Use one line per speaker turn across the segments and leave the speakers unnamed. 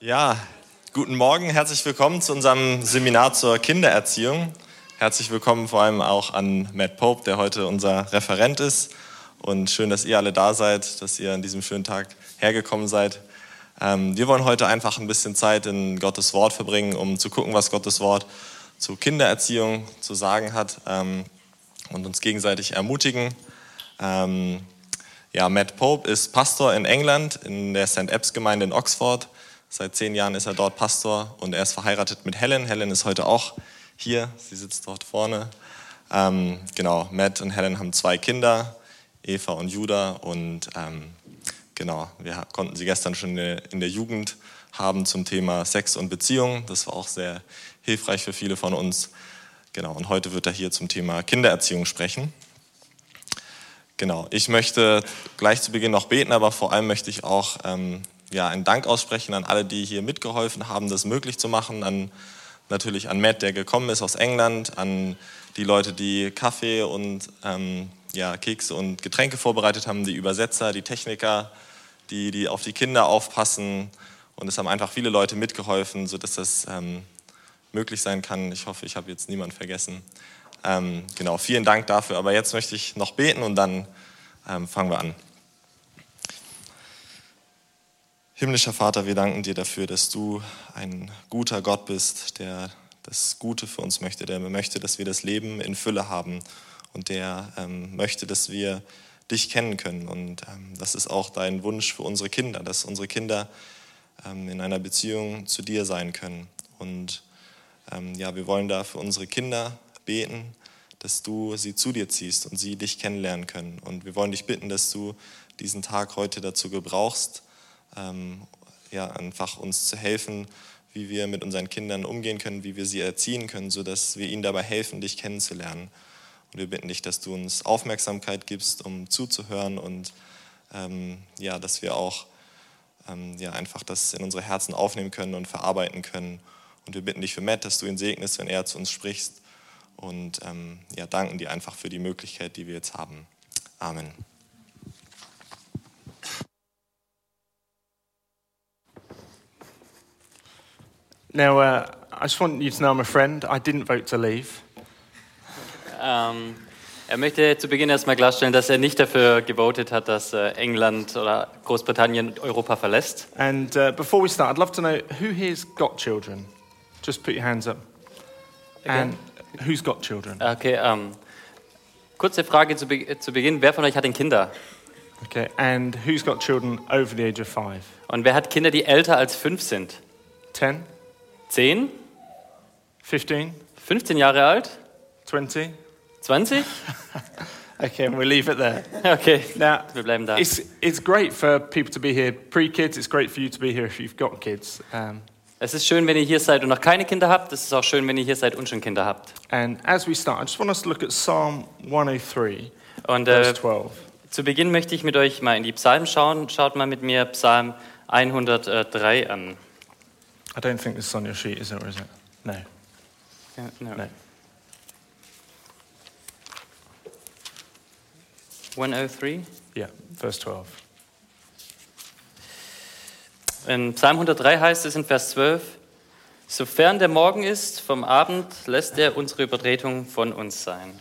Ja, guten Morgen, herzlich willkommen zu unserem Seminar zur Kindererziehung. Herzlich willkommen vor allem auch an Matt Pope, der heute unser Referent ist. Und schön, dass ihr alle da seid, dass ihr an diesem schönen Tag hergekommen seid. Ähm, wir wollen heute einfach ein bisschen Zeit in Gottes Wort verbringen, um zu gucken, was Gottes Wort zu Kindererziehung zu sagen hat ähm, und uns gegenseitig ermutigen. Ähm, ja, Matt Pope ist Pastor in England, in der St. Epps Gemeinde in Oxford. Seit zehn Jahren ist er dort Pastor und er ist verheiratet mit Helen. Helen ist heute auch hier, sie sitzt dort vorne. Ähm, genau, Matt und Helen haben zwei Kinder, Eva und Judah. Und ähm, genau, wir konnten sie gestern schon in der Jugend haben zum Thema Sex und Beziehung. Das war auch sehr hilfreich für viele von uns. Genau, und heute wird er hier zum Thema Kindererziehung sprechen. Genau, ich möchte gleich zu Beginn noch beten, aber vor allem möchte ich auch ähm, ja, einen Dank aussprechen an alle, die hier mitgeholfen haben, das möglich zu machen. An, natürlich an Matt, der gekommen ist aus England, an die Leute, die Kaffee und ähm, ja, Kekse und Getränke vorbereitet haben, die Übersetzer, die Techniker, die, die auf die Kinder aufpassen. Und es haben einfach viele Leute mitgeholfen, sodass das ähm, möglich sein kann. Ich hoffe, ich habe jetzt niemanden vergessen. Ähm, genau, vielen Dank dafür. Aber jetzt möchte ich noch beten und dann ähm, fangen wir an. Himmlischer Vater, wir danken dir dafür, dass du ein guter Gott bist, der das Gute für uns möchte, der möchte, dass wir das Leben in Fülle haben und der ähm, möchte, dass wir dich kennen können. Und ähm, das ist auch dein Wunsch für unsere Kinder, dass unsere Kinder ähm, in einer Beziehung zu dir sein können. Und ähm, ja, wir wollen da für unsere Kinder beten, dass du sie zu dir ziehst und sie dich kennenlernen können. Und wir wollen dich bitten, dass du diesen Tag heute dazu gebrauchst, ähm, ja, einfach uns zu helfen, wie wir mit unseren Kindern umgehen können, wie wir sie erziehen können, sodass wir ihnen dabei helfen, dich kennenzulernen. Und wir bitten dich, dass du uns Aufmerksamkeit gibst, um zuzuhören und ähm, ja, dass wir auch ähm, ja, einfach das in unsere Herzen aufnehmen können und verarbeiten können. Und wir bitten dich für Matt, dass du ihn segnest, wenn er zu uns spricht und ähm, ja, danken dir einfach für die Möglichkeit, die wir jetzt haben. Amen.
Now, uh, I just want you to know I'm a friend. I didn't vote to leave.
Ähm, er möchte zu Beginn erstmal klarstellen, dass er nicht dafür gewotet hat, dass äh, England oder Großbritannien Europa verlässt.
And uh, before we start, I'd love to know who here's got children. Just put your hands up. And who's got children?
Okay, ähm, kurze Frage zu, Be zu Beginn. Wer von euch hat denn Kinder?
Okay. And who's got children over the age of five?
Und wer hat Kinder, die älter als fünf sind?
10,
Zehn?
15,
15 Jahre alt?
20?
20?
Okay, and we'll leave it there.
Okay.
Now,
Wir bleiben da.
it's, it's great for people to be here pre kids. It's great for you to be here if you've got kids. Um,
Es ist schön, wenn ihr hier seid und noch keine Kinder habt. Es ist auch schön, wenn ihr hier seid und schon Kinder habt.
and as we start, I just want us to look at Psalm 103,
Und äh,
verse 12.
zu Beginn möchte ich mit euch mal in die Psalmen schauen. Schaut mal mit mir Psalm 103 an.
I don't think this is on your sheet, is it, or is it? No. No.
103?
Yeah, verse 12.
In Psalm 103 heißt es in Vers 12, Sofern der Morgen ist vom Abend, lässt er unsere Übertretung von uns sein.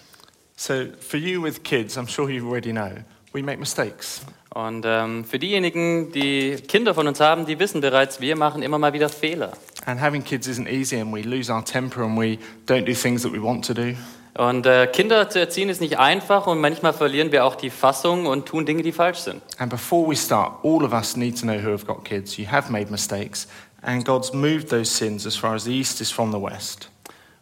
So, for you with kids, I'm sure you already know, we make mistakes.
Und ähm, für diejenigen, die Kinder von uns haben, die wissen bereits, wir machen immer mal wieder Fehler.
And having kids isn't easy, and we lose our temper and we don't do things that we want to do.
Und äh, Kinder zu erziehen ist nicht einfach und manchmal verlieren wir auch die Fassung und tun Dinge, die falsch sind.
And before we start, all of us need to know who have got kids. You have made mistakes, and God's moved those sins as far as the east is from the west.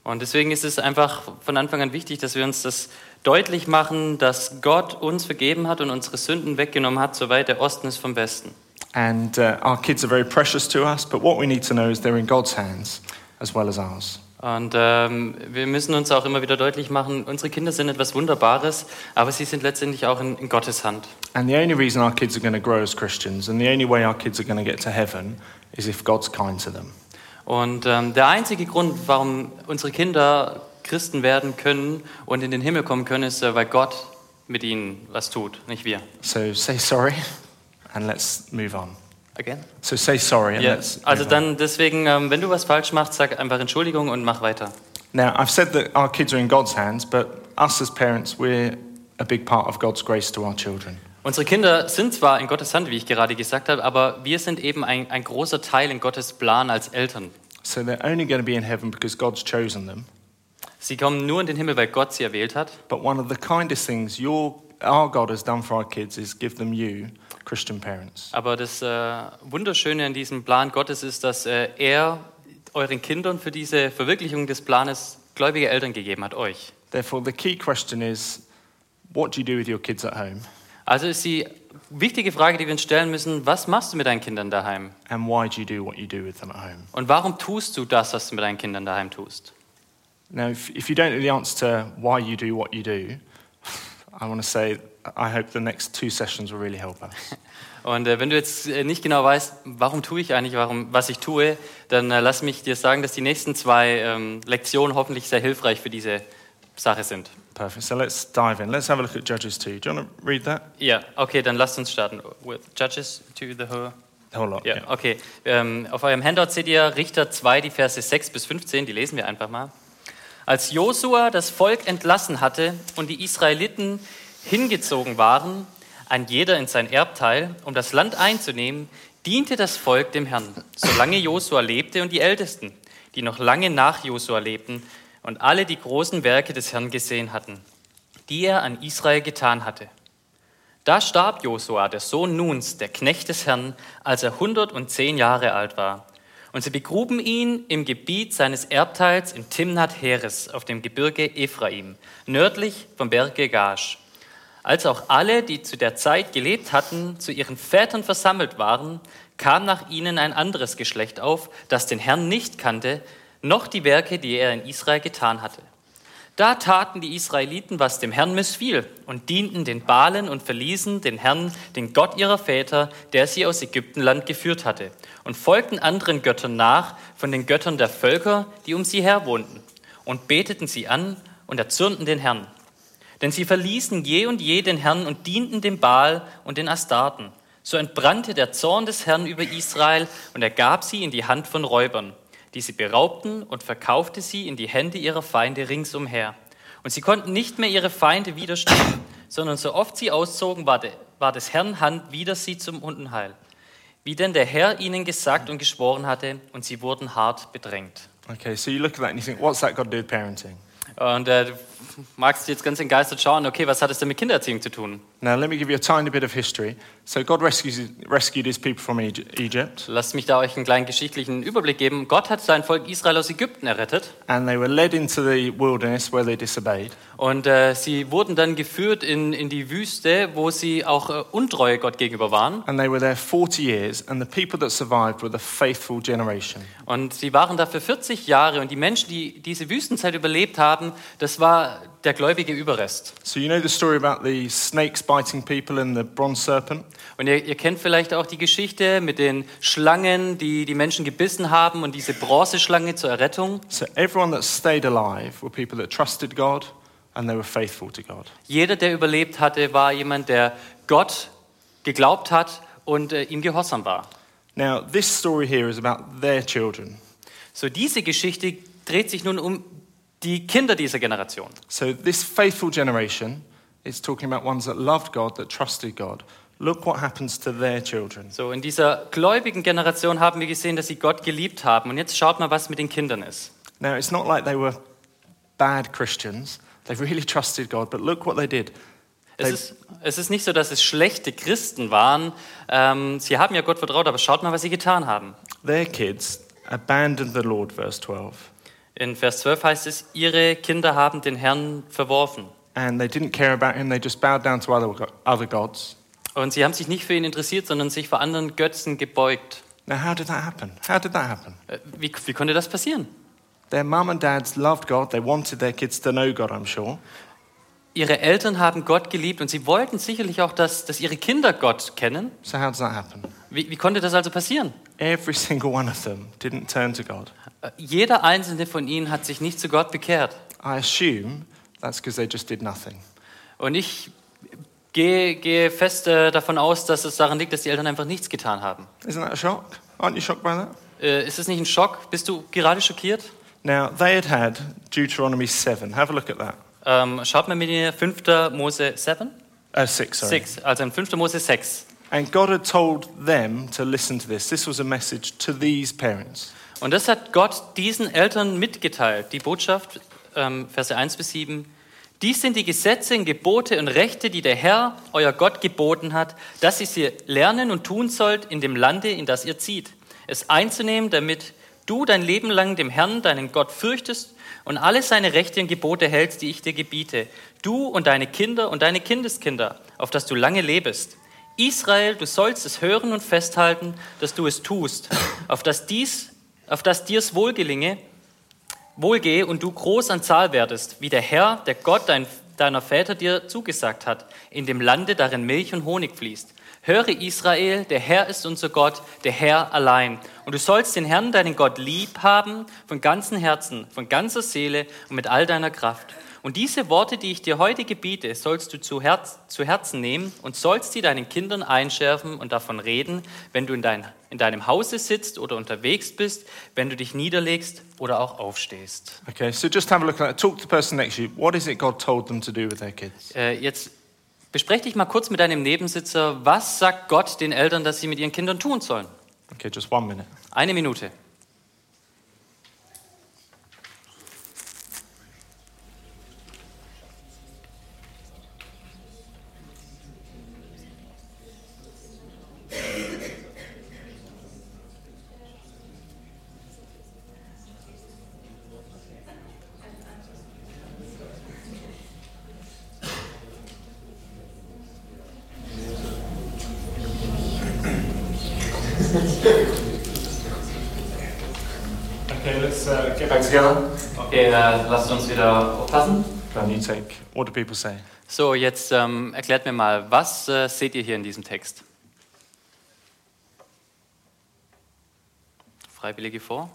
Und deswegen ist es einfach von Anfang an wichtig, dass wir uns das deutlich machen, dass Gott uns vergeben hat und unsere Sünden weggenommen hat, soweit der Osten ist vom Westen.
And uh, our kids are very precious to us, but what we need to know is they're in God's hands as well as ours.
Und ähm, wir müssen uns auch immer wieder deutlich machen, unsere Kinder sind etwas Wunderbares, aber sie sind letztendlich auch in, in Gottes Hand.
And the only reason our kids are going to grow as Christians and the only way our kids are going to get to heaven is if God's kind to them.
Und ähm, der einzige Grund, warum unsere Kinder Christen werden können und in den Himmel kommen können, ist, äh, weil Gott mit ihnen was tut, nicht wir.
So say sorry and let's move on.
Again?
So say sorry. And
Ja,
let's
Also
move on.
dann deswegen, ähm, wenn du was falsch machst, sag einfach Entschuldigung und mach weiter.
Now, I've said that our kids are in God's hands, but us as parents, we're a big part of God's grace to our children.
Unsere Kinder sind zwar in Gottes Hand, wie ich gerade gesagt habe, aber wir sind eben ein, ein großer Teil in Gottes Plan als Eltern.
So they're only going to be in heaven because God's chosen them.
Sie kommen nur in den Himmel, weil Gott sie erwählt hat.
But one of the kindest things your, our God has done for our kids is give them you, Christian parents.
Aber das äh, Wunderschöne an diesem Plan Gottes ist, dass äh, er euren Kindern für diese Verwirklichung des Planes gläubige Eltern gegeben hat, euch.
Therefore, the key question is what do you do with your kids at home
Also ist die wichtige Frage, die wir uns stellen müssen, was machst du mit deinen Kindern daheim?
and why do you do what you do with them at home?
Und warum tust du das, was du mit deinen Kindern daheim tust?
Now, if, if you don't know the answer to why you do what you do, I want to say I hope the next two sessions will really help us.
Und äh, wenn du jetzt äh, nicht genau weißt, warum tue ich eigentlich, warum, was ich tue, dann äh, lass mich dir sagen, dass die nächsten zwei ähm, Lektionen hoffentlich sehr hilfreich für diese Sache sind.
Perfect. So let's dive in. Let's have a look at Judges 2. Do you want to read that?
Ja, okay, dann lasst uns starten. With judges to the whole.
The whole lot.
Ja, okay. Ähm, auf eurem Handout seht ihr Richter 2, die Verse 6 bis 15, die lesen wir einfach mal. Als Josua das Volk entlassen hatte und die Israeliten hingezogen waren, ein jeder in sein Erbteil, um das Land einzunehmen, diente das Volk dem Herrn, solange Josua lebte und die Ältesten, die noch lange nach Josua lebten und alle die großen Werke des Herrn gesehen hatten, die er an Israel getan hatte. Da starb Josua, der Sohn Nuns, der Knecht des Herrn, als er 110 Jahre alt war. Und sie begruben ihn im Gebiet seines Erbteils in Timnat Heres auf dem Gebirge Ephraim, nördlich vom Berge Gash. Als auch alle, die zu der Zeit gelebt hatten, zu ihren Vätern versammelt waren, kam nach ihnen ein anderes Geschlecht auf, das den Herrn nicht kannte, noch die Werke, die er in Israel getan hatte. Da taten die Israeliten, was dem Herrn missfiel, und dienten den Balen und verließen den Herrn, den Gott ihrer Väter, der sie aus Ägyptenland geführt hatte, und folgten anderen Göttern nach, von den Göttern der Völker, die um sie her wohnten, und beteten sie an und erzürnten den Herrn. Denn sie verließen je und je den Herrn und dienten dem Baal und den Astarten. So entbrannte der Zorn des Herrn über Israel und er gab sie in die Hand von Räubern, die sie beraubten und verkaufte sie in die Hände ihrer Feinde ringsumher. Und sie konnten nicht mehr ihre Feinde widerstehen, sondern so oft sie auszogen, war, de, war des Herrn Hand wider sie zum Unheil. Wie denn der Herr ihnen gesagt und geschworen hatte, und sie wurden hart bedrängt.
Okay, so you look at that and you think, what's that got to do with parenting?
Und äh, du magst jetzt ganz entgeistert schauen, okay, was hat es denn mit Kindererziehung zu tun?
Now, let me give you a tiny bit of history. So, God rescues, rescued his people from Egy- Egypt,
Lasst mich da euch einen kleinen geschichtlichen Überblick geben. Gott hat sein Volk Israel aus Ägypten errettet
and they were led into the wilderness where they disobeyed.
und äh, sie wurden dann geführt in, in die Wüste, wo sie auch äh, untreu Gott gegenüber waren.
And they were there 40 years, and the people that survived were the faithful generation.
Und sie waren da für 40 Jahre und die Menschen, die diese Wüstenzeit überlebt haben, das war der gläubige Überrest.
So, you know the story about the snakes biting people and the bronze serpent?
Und ihr, ihr kennt vielleicht auch die Geschichte mit den Schlangen, die die Menschen gebissen haben und diese Bronzeschlange zur Errettung.
So, everyone that stayed alive were people that trusted God and they were faithful to God.
Jeder, der überlebt hatte, war jemand, der Gott geglaubt hat und äh, ihm gehorsam war.
Now, this story here is about their children.
So, diese Geschichte dreht sich nun um die Kinder dieser Generation.
So, this faithful generation is talking about ones that loved God, that trusted God. Look what happens to their children.
So, in dieser gläubigen Generation haben wir gesehen, dass sie Gott geliebt haben. Und jetzt schaut mal, was mit den Kindern ist.
Now, it's not like they were bad Christians, they really trusted God, but look what they did.
Es
They-
ist, es ist nicht so, dass es schlechte Christen waren. Ähm, sie haben ja Gott vertraut, aber schaut mal, was sie getan haben.
Their kids abandoned the Lord, verse 12,
In Vers 12 heißt es, ihre Kinder haben den Herrn verworfen.
and they didn't care about him, they just bowed down to other, go- other gods.
Und sie haben sich nicht für ihn interessiert, sondern sich vor anderen Götzen gebeugt.
Now, how did that happen? How did that happen?
Äh, Wie, wie konnte das passieren?
Their mum and dads loved God, they wanted their kids to know God, I'm sure.
Ihre Eltern haben Gott geliebt und sie wollten sicherlich auch, dass, dass ihre Kinder Gott kennen.
So, how does that happen?
Wie, wie konnte das also passieren?
Every single one of them didn't turn to God.
Äh, Jeder einzelne von ihnen hat sich nicht zu Gott bekehrt.
I assume that's because they just did nothing.
Und ich gehe, gehe fest äh, davon aus, dass es daran liegt, dass die Eltern einfach nichts getan haben.
Isn't that a shock? Aren't you shocked by that?
Äh, ist es nicht ein Schock? Bist du gerade schockiert?
Now, they had had Deuteronomy 7. Have a look at that.
Ähm, schaut mal mit mir 5. Mose 7,
Uh, 6, sorry.
6, also in 5. Mose 6.
And God had told them to listen to this. This was a message to these parents.
Und das hat Gott diesen Eltern mitgeteilt. Die Botschaft, ähm, Verse 1 bis 7. Dies sind die Gesetze und Gebote und Rechte, die der Herr, euer Gott, geboten hat, dass ihr sie lernen und tun sollt in dem Lande, in das ihr zieht. Es einzunehmen, damit du dein Leben lang dem Herrn, deinen Gott, fürchtest und alle seine Rechte und Gebote hältst, die ich dir gebiete. Du und deine Kinder und deine Kindeskinder, auf dass du lange lebest. Israel, du sollst es hören und festhalten, dass du es tust, auf dass dies, auf dass dir's wohlgelinge, wohlgehe und du groß an Zahl werdest, wie der Herr, der Gott dein, deiner Väter dir zugesagt hat, in dem Lande, darin Milch und Honig fließt. Höre Israel, der Herr ist unser Gott, der Herr allein. Und du sollst den Herrn, deinen Gott, lieb haben, von ganzem Herzen, von ganzer Seele und mit all deiner Kraft. Und diese Worte, die ich dir heute gebiete, sollst du zu, Herz, zu Herzen nehmen und sollst sie deinen Kindern einschärfen und davon reden, wenn du in, dein, in deinem Hause sitzt oder unterwegs bist, wenn du dich niederlegst oder auch aufstehst.
Okay, so just have a look at that. Talk to the person next to you. What is it God told them to do with their kids?
Äh, jetzt bespreche dich mal kurz mit deinem Nebensitzer, was sagt Gott den Eltern, dass sie mit ihren Kindern tun sollen?
Okay, just one minute.
Eine Minute.
Okay, let's uh, get back together.
Okay, äh, lasst uns wieder aufpassen.
And you take, what do people say?
So, jetzt ähm, erklärt mir mal, was äh, seht ihr hier in diesem Text? Freiwillige vor?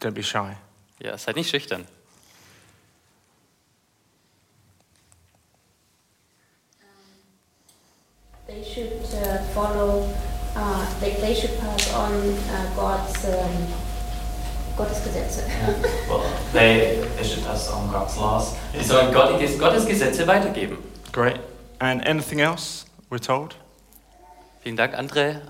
Don't be shy.
Ja, seid nicht schüchtern.
They should uh, follow. Uh, they, they should pass on uh, God's um, Gottes Gesetze.
Well, they, they should pass on God's laws. Die sollen Gottes, Gottes Gesetze weitergeben.
Great. And anything else we're told?
Vielen Dank, andere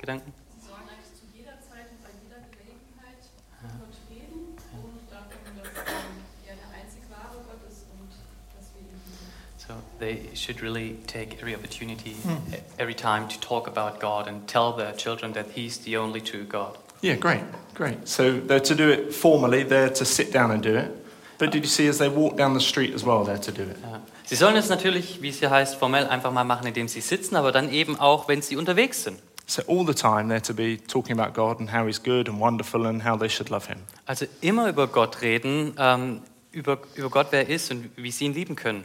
Gedanken.
sollen eigentlich zu jeder Zeit und bei jeder Gelegenheit Gott reden und davon, dass ähm, er der einzig wahre Gott ist und dass wir ihn lieben.
So they should really take every opportunity, e-, every time to talk about God and tell their children that He's the only true God.
Yeah, great, great. So they're to do it formally, they're to sit down and do it. But did you see as they walk down the street as well, they're to do it?
Ja. Sie sollen es natürlich, wie es hier heißt, formell einfach mal machen, indem sie sitzen, aber dann eben auch, wenn sie unterwegs sind.
So all the time, they're to be talking about God and how He's good and wonderful and how they should love Him.
Also immer über Gott reden, ähm, über, über Gott, wer er ist und wie sie ihn lieben können.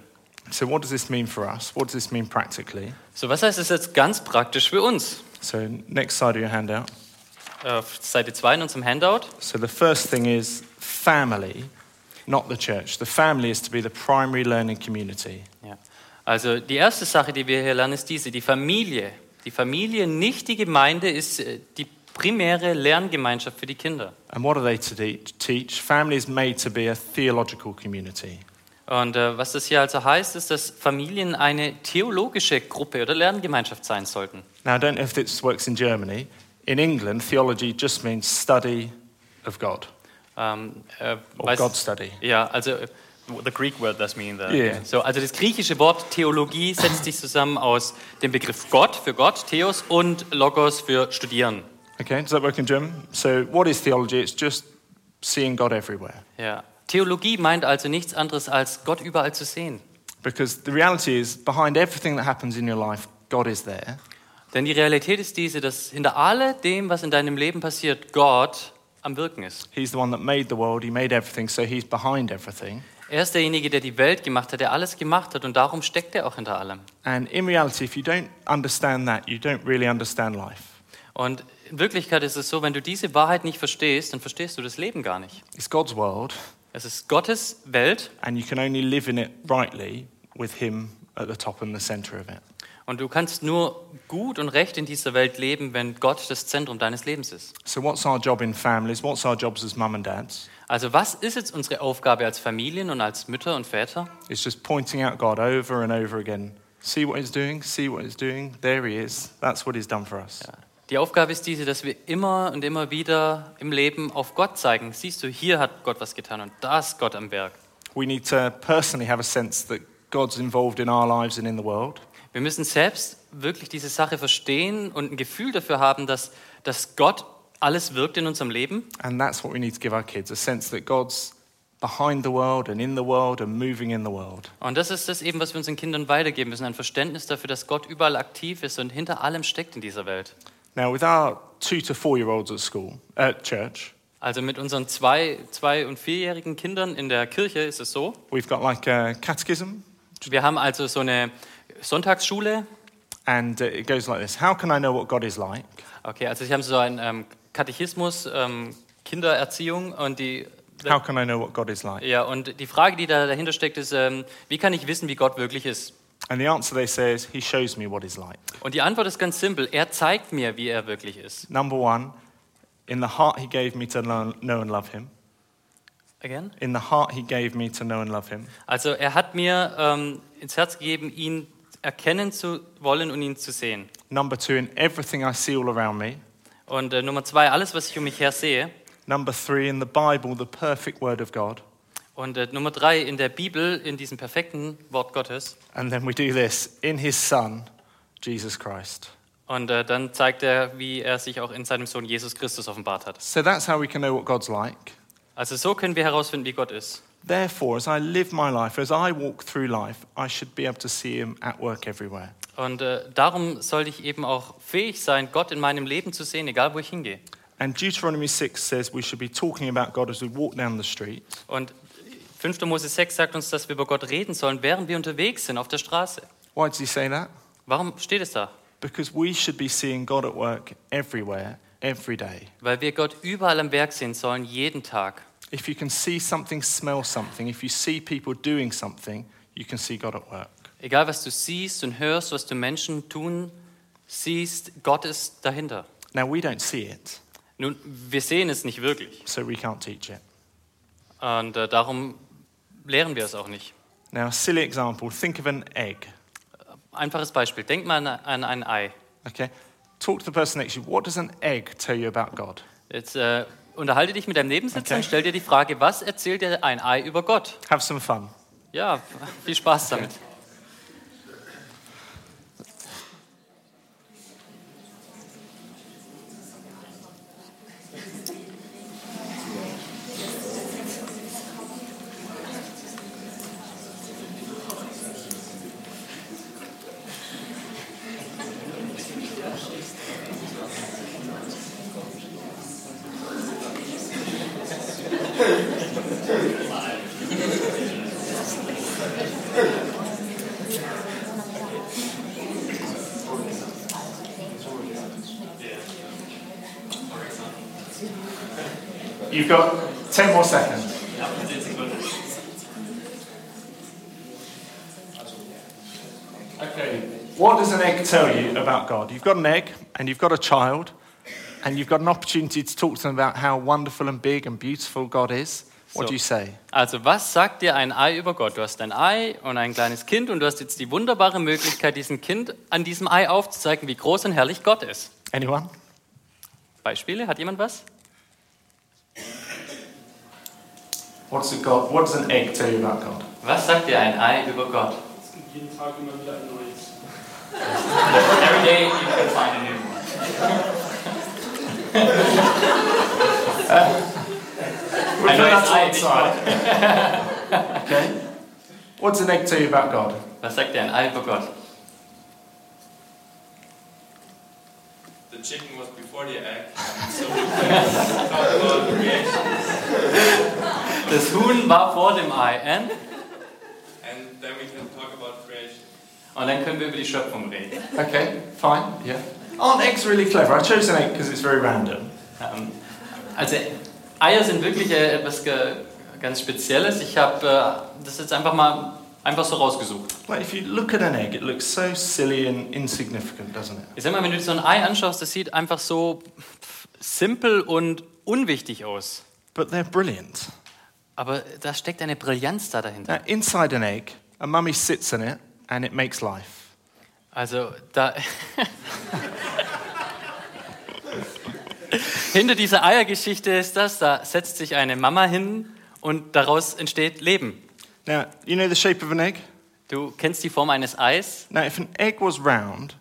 So, what does this mean for us? What does this mean practically?
So, was heißt das jetzt ganz praktisch für uns? Äh,
So, next side of your handout.
Auf Seite 2 in unserem Handout.
So, the first thing is family, not the church. The family is to be the primary learning community.
Ja. Also die erste Sache, die wir hier lernen, ist diese, die Familie. Die Familie, nicht die Gemeinde, ist äh, die primäre Lerngemeinschaft für die Kinder.
And what are they to de- teach? Family is made to be a theological community.
Und äh, was das hier also heißt, ist, dass Familien eine theologische Gruppe oder Lerngemeinschaft sein sollten.
Now, I don't know if this works in Germany. In England, theology just means study of God
Ähm, äh,
or
weiß-
Oh, God study.
Ja, also äh, the Greek word does mean that.
Yeah.
So, also das griechische Wort Theologie setzt sich zusammen aus dem Begriff Gott für Gott, Theos und Logos für Studieren.
Okay, does that work in German? So, what is theology? It's just seeing God everywhere.
Ja. Theologie meint also nichts anderes als Gott überall zu sehen.
Because the reality is, behind everything that happens in your life, God is there.
Denn die Realität ist diese, dass hinter alledem, was in deinem Leben passiert, Gott am Wirken ist.
He's the one that made the world, He made everything, so He's behind everything.
Er ist derjenige, der die Welt gemacht hat, der alles gemacht hat und darum steckt er auch hinter allem.
And in reality, if you don't understand that, you don't really understand life.
Und in Wirklichkeit ist es so, wenn du diese Wahrheit nicht verstehst, dann verstehst du das Leben gar nicht.
It's God's world,
Es ist Gottes Welt
and you can only live in it rightly with Him at the top and the center of it.
Und du kannst nur gut und recht in dieser Welt leben, wenn Gott das Zentrum deines Lebens ist.
So, what's our job in families? What's our jobs as mum and dads?
Also was ist jetzt unsere Aufgabe als Familien und als Mütter und Väter?
It's just pointing out God over and over again. See what he's doing, see what he's doing. There he is. That's what he's done for us.
Die Aufgabe ist diese, dass wir immer und immer wieder im Leben auf Gott zeigen. Siehst du, hier hat Gott was getan und da ist Gott am Werk.
We need to personally have a sense that God's involved in our lives and in the world.
Wir müssen selbst wirklich diese Sache verstehen und ein Gefühl dafür haben, dass, dass Gott alles wirkt in unserem Leben.
And that's what we need to give our kids a sense that God's behind the world and in the world and moving in the world.
Und das ist das eben, was wir unseren Kindern weitergeben müssen, ein Verständnis dafür, dass Gott überall aktiv ist und hinter allem steckt in dieser Welt.
Now, with our two to four year olds at school, at church,
Also mit unseren zwei, zwei und vierjährigen Kindern in der Kirche ist es so.
we've got like a catechism,
Wir haben also so eine Sonntagsschule.
and uh, it goes like this How can I know what God is like?
Okay, also ich habe so einen ähm, Katechismus, ähm, Kindererziehung und die
How can I know what God is like?
ja und die Frage, die da dahinter steckt, ist, ähm, wie kann ich wissen, wie Gott wirklich ist?
And the answer they say is, He shows me what He's like.
Und die Antwort ist ganz simpel: Er zeigt mir, wie er wirklich ist.
Number one, in the heart He gave me to lo- know and love Him.
Again?
In the heart He gave me to know and love Him.
Also er hat mir ähm, ins Herz gegeben, ihn erkennen zu wollen und ihn zu sehen.
Number two, in everything I see all around me.
Und äh, Nummer zwei, alles, was ich um mich her sehe.
Number three, in the Bible, the perfect Word of God.
Und äh, Nummer drei, in der Bibel, in diesem perfekten Wort Gottes.
And then we do this in His Son, Jesus Christ.
Und äh, dann zeigt er, wie er sich auch in seinem Sohn Jesus Christus offenbart hat.
So that's how we can know what God's like.
Also so können wir herausfinden, wie Gott ist.
Therefore, as I live my life, as I walk through life, I should be able to see Him at work everywhere.
Und äh, darum sollte ich eben auch fähig sein, Gott in meinem Leben zu sehen, egal wo ich hingehe.
And Deuteronomy 6 says we should be talking about God as we walk down the street.
Und 5. Mose 6 sagt uns, dass wir über Gott reden sollen, während wir unterwegs sind auf der Straße.
Why does He say that?
Warum steht es da?
Because we should be seeing God at work everywhere, every day.
Weil wir Gott überall am Werk sehen sollen, jeden Tag.
If you can see something, smell something, if you see people doing something, you can see God at work.
Egal, was du siehst und hörst, was du Menschen tun, siehst, Gott ist dahinter.
Now, we don't see it,
Nun, wir sehen es nicht wirklich.
so we can't teach it.
Und äh, darum lehren wir es auch nicht.
Now, a silly example think of an egg,
Einfaches Beispiel. Denk mal an, an ein Ei.
okay? Talk to the person next to you. What does an egg tell you about God?
Jetzt äh, unterhalte dich mit deinem Nebensitzer
Okay.
und stell dir die Frage, was erzählt dir ein Ei über Gott?
Have some fun.
Ja, viel Spaß damit.
You've got 10 more seconds. Okay, what does an egg tell you about God? You've got an egg and you've got a child and you've got an opportunity to talk to them about how wonderful and big and beautiful God is. What
So.
do you say?
Also, was sagt dir ein Ei über Gott? Du hast ein Ei und ein kleines Kind und du hast jetzt die wunderbare Möglichkeit, diesem Kind an diesem Ei aufzuzeigen, wie groß und herrlich Gott ist.
Anyone?
Beispiele? Hat jemand was?
What's a God? What does an egg tell you about God?
Was sagt dir ein Ei über Gott?
Es gibt jeden Tag immer wieder ein neues.
Every day you can find a new one.
We'll
I
put
know
that
it's
to one
Ivy.
side. okay. What's an egg tell you about God?
Was sagt dir ein Ei über Oh Gott?
The chicken was before the egg, so we can talk about creation.
Das Huhn war vor dem Ei,
And
and?
then we can talk about creation.
Und dann können wir über die Schöpfung reden.
Okay, fine. Yeah. Aren't eggs really clever? I chose an egg because it's very random.
Ähm, Also Eier sind wirklich äh, etwas ge- ganz Spezielles. Ich habe äh, das jetzt einfach mal einfach so rausgesucht.
Like if you look at an egg, it looks so silly and insignificant, doesn't it?
Ich sag mal, wenn du dir so ein Ei anschaust, das sieht einfach so pff, simpel und unwichtig aus.
But they're brilliant.
Aber da steckt eine Brillanz da dahinter.
Now, inside an egg, a mummy sits in it and it makes life.
Also da. Hinter dieser Eiergeschichte ist das, da setzt sich eine Mama hin und daraus entsteht Leben.
Now, you know the shape of an egg?
Du kennst die Form eines Eis.
Now, if an egg was round,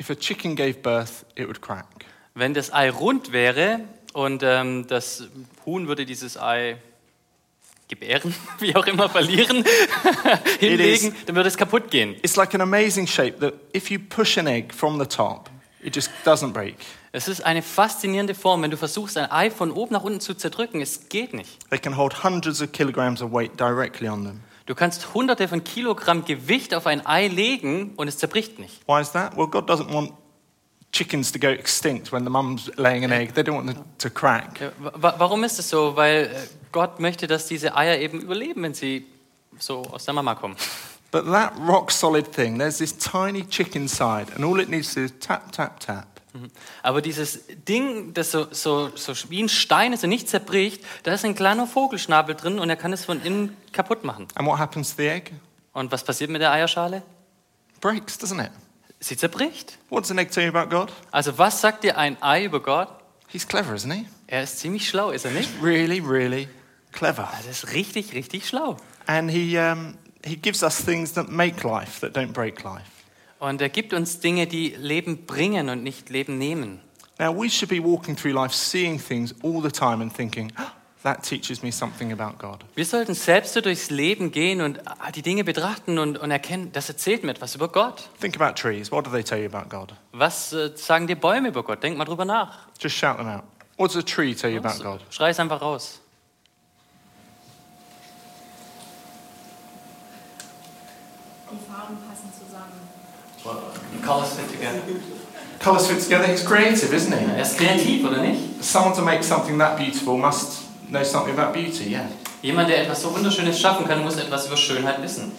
if a chicken gave birth, it would crack.
Wenn das Ei rund wäre und ähm, das Huhn würde dieses Ei gebären, wie auch immer, verlieren, hinlegen, dann würde es kaputt gehen.
It's like an amazing shape that if you push an egg from the top, it just doesn't break.
Es ist eine faszinierende Form. Wenn du versuchst, ein Ei von oben nach unten zu zerdrücken, es geht nicht.
They can hold hundreds of kilograms of weight directly on them.
Du kannst hunderte von Kilogramm Gewicht auf ein Ei legen und es zerbricht nicht.
Why is that? Well, God doesn't want chickens to go extinct when the mum's laying an egg. They don't want them to crack.
Ja, Äh, wa- warum ist es so? Weil äh, Gott möchte, dass diese Eier eben überleben, wenn sie so aus der Mama kommen.
But that rock solid thing, there's this tiny chicken side, and all it needs to do is tap, tap, tap.
Mhm. Aber dieses Ding, das so, so, so wie ein Stein ist und nicht zerbricht, da ist ein kleiner Vogelschnabel drin und er kann es von innen kaputt machen.
And what happens to the egg?
Und was passiert mit der Eierschale?
Breaks, doesn't it?
Sie zerbricht.
What's an egg tell you about God?
Also was sagt dir ein Ei über Gott?
He's clever, isn't he?
Er ist ziemlich schlau, ist er nicht?
Really, really clever.
Also er ist richtig, richtig schlau.
And he, um, he gives us things that make life, that don't break life.
Und er gibt uns Dinge, die Leben bringen und nicht Leben nehmen.
Now, we should be walking through life seeing things all the time and thinking, "Ah, that teaches me something about God.
Wir sollten selbst so durchs Leben gehen und ah, die Dinge betrachten und, und erkennen, das erzählt mir etwas über Gott.
Think about trees. What do they tell you about God?
Was äh, sagen dir Bäume über Gott? Denk mal drüber nach.
Just shout them out. What does a tree tell you about God?
Schrei es einfach raus.
Die Farben passen zusammen.
Colours fit together. He's creative, isn't he?
Er ist kreativ, oder nicht?
Someone to make something that beautiful must know something about beauty, yeah.
Jemand, der etwas so Wunderschönes schaffen kann, muss etwas über Schönheit wissen.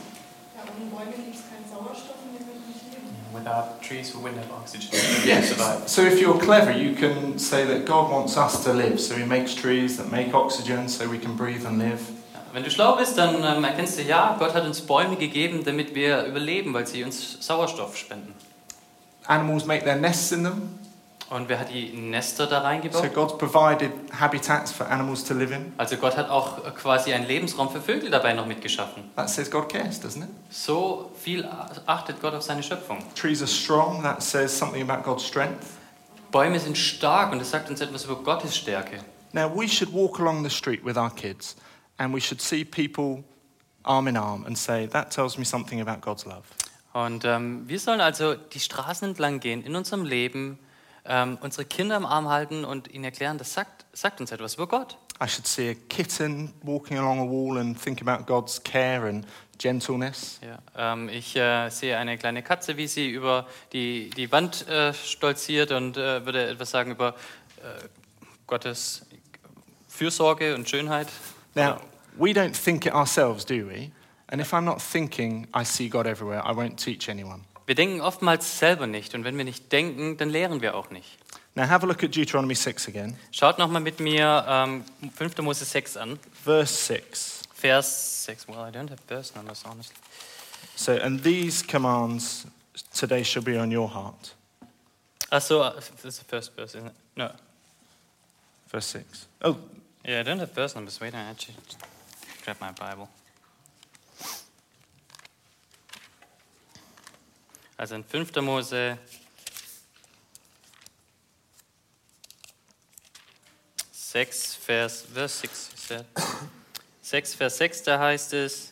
Ja, ohne Bäume gibt es keinen Sauerstoff und wir würden nicht leben.
Without trees, we wouldn't have oxygen.
Yes. So if you're clever, you can say that God wants us to live. So He makes trees that make oxygen, so we can breathe and live.
Ja, Wenn du schlau bist, dann ähm, erkennst du, ja, Gott hat uns Bäume gegeben, damit wir überleben, weil sie uns Sauerstoff spenden.
Animals make their nests in them.
Und wer hat die Nester da
So
reingebaut?
God's provided habitats for animals to live in.
Also Gott hat auch äh, quasi einen Lebensraum für Vögel dabei noch mitgeschaffen.
That says God cares, doesn't it?
So viel achtet Gott auf seine Schöpfung.
Trees are strong. That says something about God's strength.
Bäume sind stark und es sagt uns etwas über Gottes Stärke.
Now we should walk along the street with our kids, and we should see people arm in arm and say, "That tells me something about God's love."
Und ähm, wir sollen also die Straßen entlang gehen in unserem Leben, ähm, unsere Kinder im Arm halten und ihnen erklären, das sagt, sagt uns etwas über Gott.
I should see a kitten walking along a wall and think about God's care and gentleness.
Ja, ähm, ich äh, sehe eine kleine Katze, wie sie über die, die Wand äh, stolziert und äh, würde etwas sagen über äh, Gottes Fürsorge und Schönheit. Genau.
Now, we don't think it ourselves, do we? And if I'm not thinking, I see God everywhere, I won't teach anyone.
Wir denken oftmals selber nicht und wenn wir nicht denken, dann lehren wir auch nicht.
Now, have a look at Deuteronomy 6 again,
Schaut nochmal mit mir ähm, 5. Mose 6 an,
verse 6.
Vers 6. Well, I don't have verse numbers, honestly.
So, and these commands today shall be on your heart.
Achso, that's the äh, first verse, isn't it? No.
Verse 6. Oh,
Yeah, I don't have verse numbers. Wait, I actually just grab my Bible. Also in 5. Mose 6, Vers, Vers 6, is that? 6, Vers 6, da heißt es,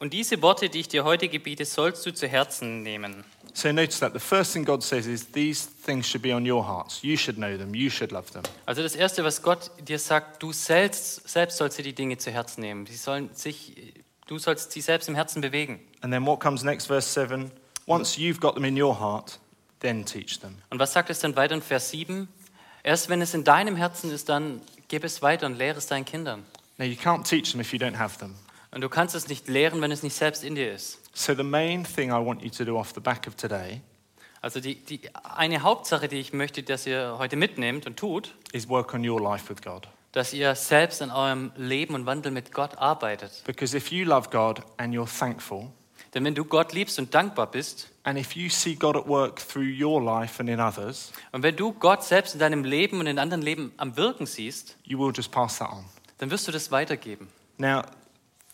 und diese Worte, die ich dir heute gebiete, sollst du zu Herzen nehmen.
so notice that the first thing God says is, These things should be on your hearts. You should know them, you should love them.
Also das Erste, was Gott dir sagt, du selbst, selbst sollst dir die Dinge zu Herzen nehmen. Sie sollen sich, du sollst sie selbst im Herzen bewegen.
And then what comes next, verse 7? Once you've got them in your heart, then teach them.
Und was sagt es dann weiter in Vers 7? Erst wenn es in deinem Herzen ist, dann gib es weiter und lehre es deinen Kindern.
Now, you can't teach them if you don't have them.
Und du kannst es nicht lehren, wenn es nicht selbst in dir ist.
So, the main thing I want you to do off the back of today
Also die, die eine Hauptsache, die ich möchte, dass ihr heute mitnehmt und tut,
is work on your life with God.
dass ihr selbst in eurem Leben und Wandel mit Gott arbeitet.
Because if you love God and you're thankful,
Denn wenn du Gott liebst und dankbar bist
and if you see God at work through your life and in others,
und wenn du Gott selbst in deinem Leben und in anderen Leben am Wirken siehst,
you will just pass that on.
dann wirst du das weitergeben.
Now,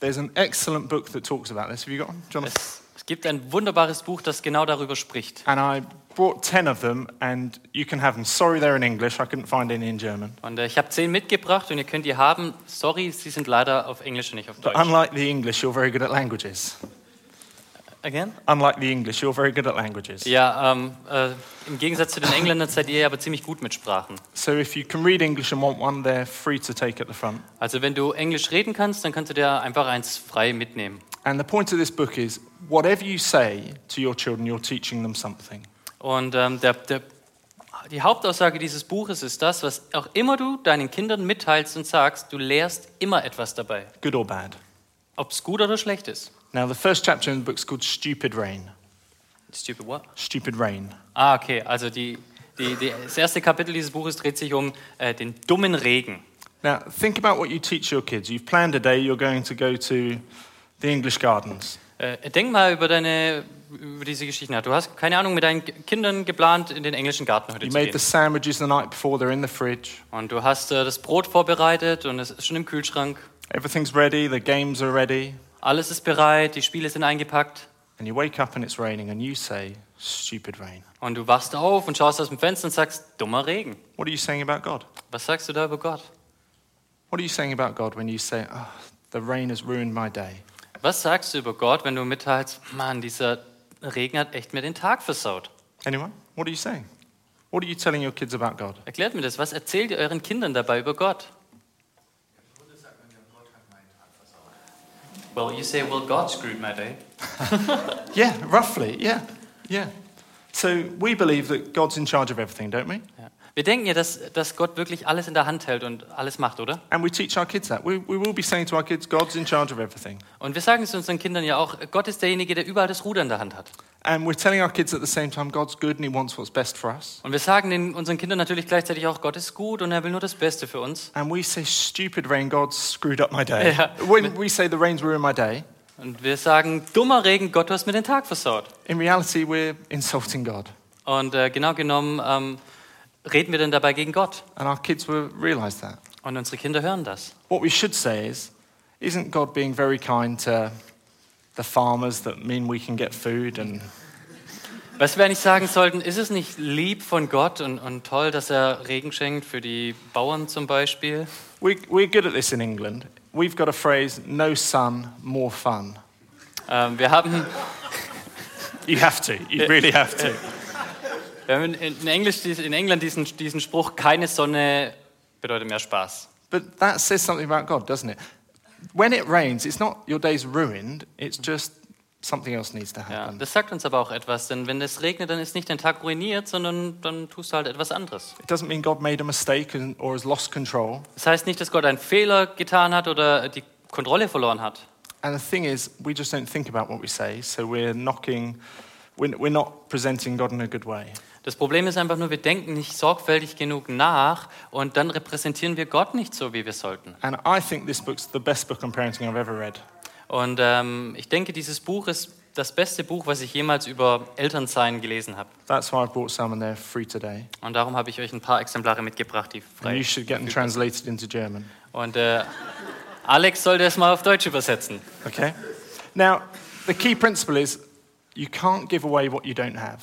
there's an excellent book that talks about this. Have you got one, Jonathan?
Es, es gibt ein wunderbares Buch, das genau darüber spricht.
And I brought 10 of them, and you can have them. Sorry, they're in English. I couldn't find any in German.
Und äh, ich habe zehn mitgebracht und ihr könnt die haben. Sorry, sie sind leider auf Englisch und nicht auf
But
Deutsch.
unlike the English, you're very good at languages.
Again?
Unlike the English, you're very good at languages.
Ja, ähm, äh, im Gegensatz zu den Engländern seid ihr aber ziemlich gut mit Sprachen.
So if you can read English and want one, they're free to take at the front.
Also wenn du Englisch reden kannst, dann kannst du dir einfach eins frei mitnehmen.
And the point of this book is whatever you say to your children, you're teaching them something.
Und ähm, der, der, die Hauptaussage dieses Buches ist das, was auch immer du deinen Kindern mitteilst und sagst, du lehrst immer etwas dabei,
good or bad.
ob es gut oder schlecht ist.
Now, the first chapter in the book's called Stupid Rain.
Stupid what?
Stupid Rain.
Ah, okay. Also die, die, die, das erste Kapitel dieses Buches dreht sich um äh, den dummen Regen.
Now, think about what you teach your kids. You've planned a day you're going to go to the English Gardens.
Äh, denk mal über deine über diese Geschichten nach. Du hast keine Ahnung mit deinen K- Kindern geplant, in den englischen Garten heute
You
zu
made the
gehen.
sandwiches the night before, they're in the fridge.
Und du hast äh, das Brot vorbereitet und es ist schon im Kühlschrank.
Everything's ready, the games are ready.
Alles ist bereit, die Spiele sind eingepackt.
And you wake up and it's raining and you say, Stupid Rain.
Und du wachst auf und schaust aus dem Fenster und sagst, dummer Regen.
What are you saying about God?
Was sagst du da über Gott?
What are you saying about God when you say, oh, the rain has ruined my day?
Was sagst du über Gott, wenn du mitteilst, Mann, dieser Regen hat echt mir den Tag versaut?
Anyone? What are you saying? What are you telling your kids about God?
Erklärt mir das. Was erzählt ihr euren Kindern dabei über Gott? Well, you say, well, God screwed my day.
Yeah, roughly, yeah, yeah. So we believe that God's in charge of everything, don't we?
Ja. Wir denken ja, dass, dass Gott wirklich alles in der Hand hält und alles macht, oder?
And we teach our kids that. We, we will be saying to our kids, God's in charge of everything.
Und wir sagen es unseren Kindern ja auch, Gott ist derjenige, der überall das Ruder in der Hand hat.
And we're telling our kids at the same time, God's good and He wants what's best for us.
Und wir sagen den, unseren Kindern natürlich gleichzeitig auch, Gott ist gut und er will nur das Beste für uns.
And we say, stupid rain, God screwed up my day.
Yeah.
When we say the rain's ruined my day,
Und wir sagen, dummer Regen, Gott, du hast mir den Tag versaut.
in reality, we're insulting God.
Und äh, genau genommen ähm, reden wir dann dabei gegen Gott.
And our kids will realize that.
Und unsere Kinder hören das.
What we should say is, isn't God being very kind to the farmers that mean we can get food and
Was wir eigentlich sagen sollten, ist es nicht lieb von Gott und, und toll, dass er Regen schenkt für die Bauern zum Beispiel?
We, we're good at this in England. We've got a phrase, no sun, more fun.
Ähm, wir haben,
You have to, you really have to.
wir haben in, in, Englisch, dies- in England diesen, diesen Spruch, keine Sonne bedeutet mehr Spaß.
But that says something about God, doesn't it? When it rains, it's not your day's ruined, it's just something else needs to
Ja,
happen.
das sagt uns aber auch etwas, denn wenn es regnet, dann ist nicht dein Tag ruiniert, sondern dann tust du halt etwas anderes.
It doesn't mean God made a mistake and, or has lost control.
Das heißt nicht, dass Gott einen Fehler getan hat oder die Kontrolle verloren hat.
And the thing is, we just don't think about what we say, so we're knocking, we're, we're not presenting God in a good way.
Das Problem ist einfach nur, wir denken nicht sorgfältig genug nach und dann repräsentieren wir Gott nicht so, wie wir sollten.
And I think this book's the best book on parenting I've ever read.
Und ähm, ich denke, dieses Buch ist das beste Buch, was ich jemals über Elternsein gelesen habe.
That's why I've brought some and they're free today.
Und darum habe ich euch ein paar Exemplare mitgebracht, die
And
frei
you should get them translated into German.
Und äh, Alex sollte es mal auf Deutsch übersetzen.
Okay? Now, the key principle is you can't give away what you don't have.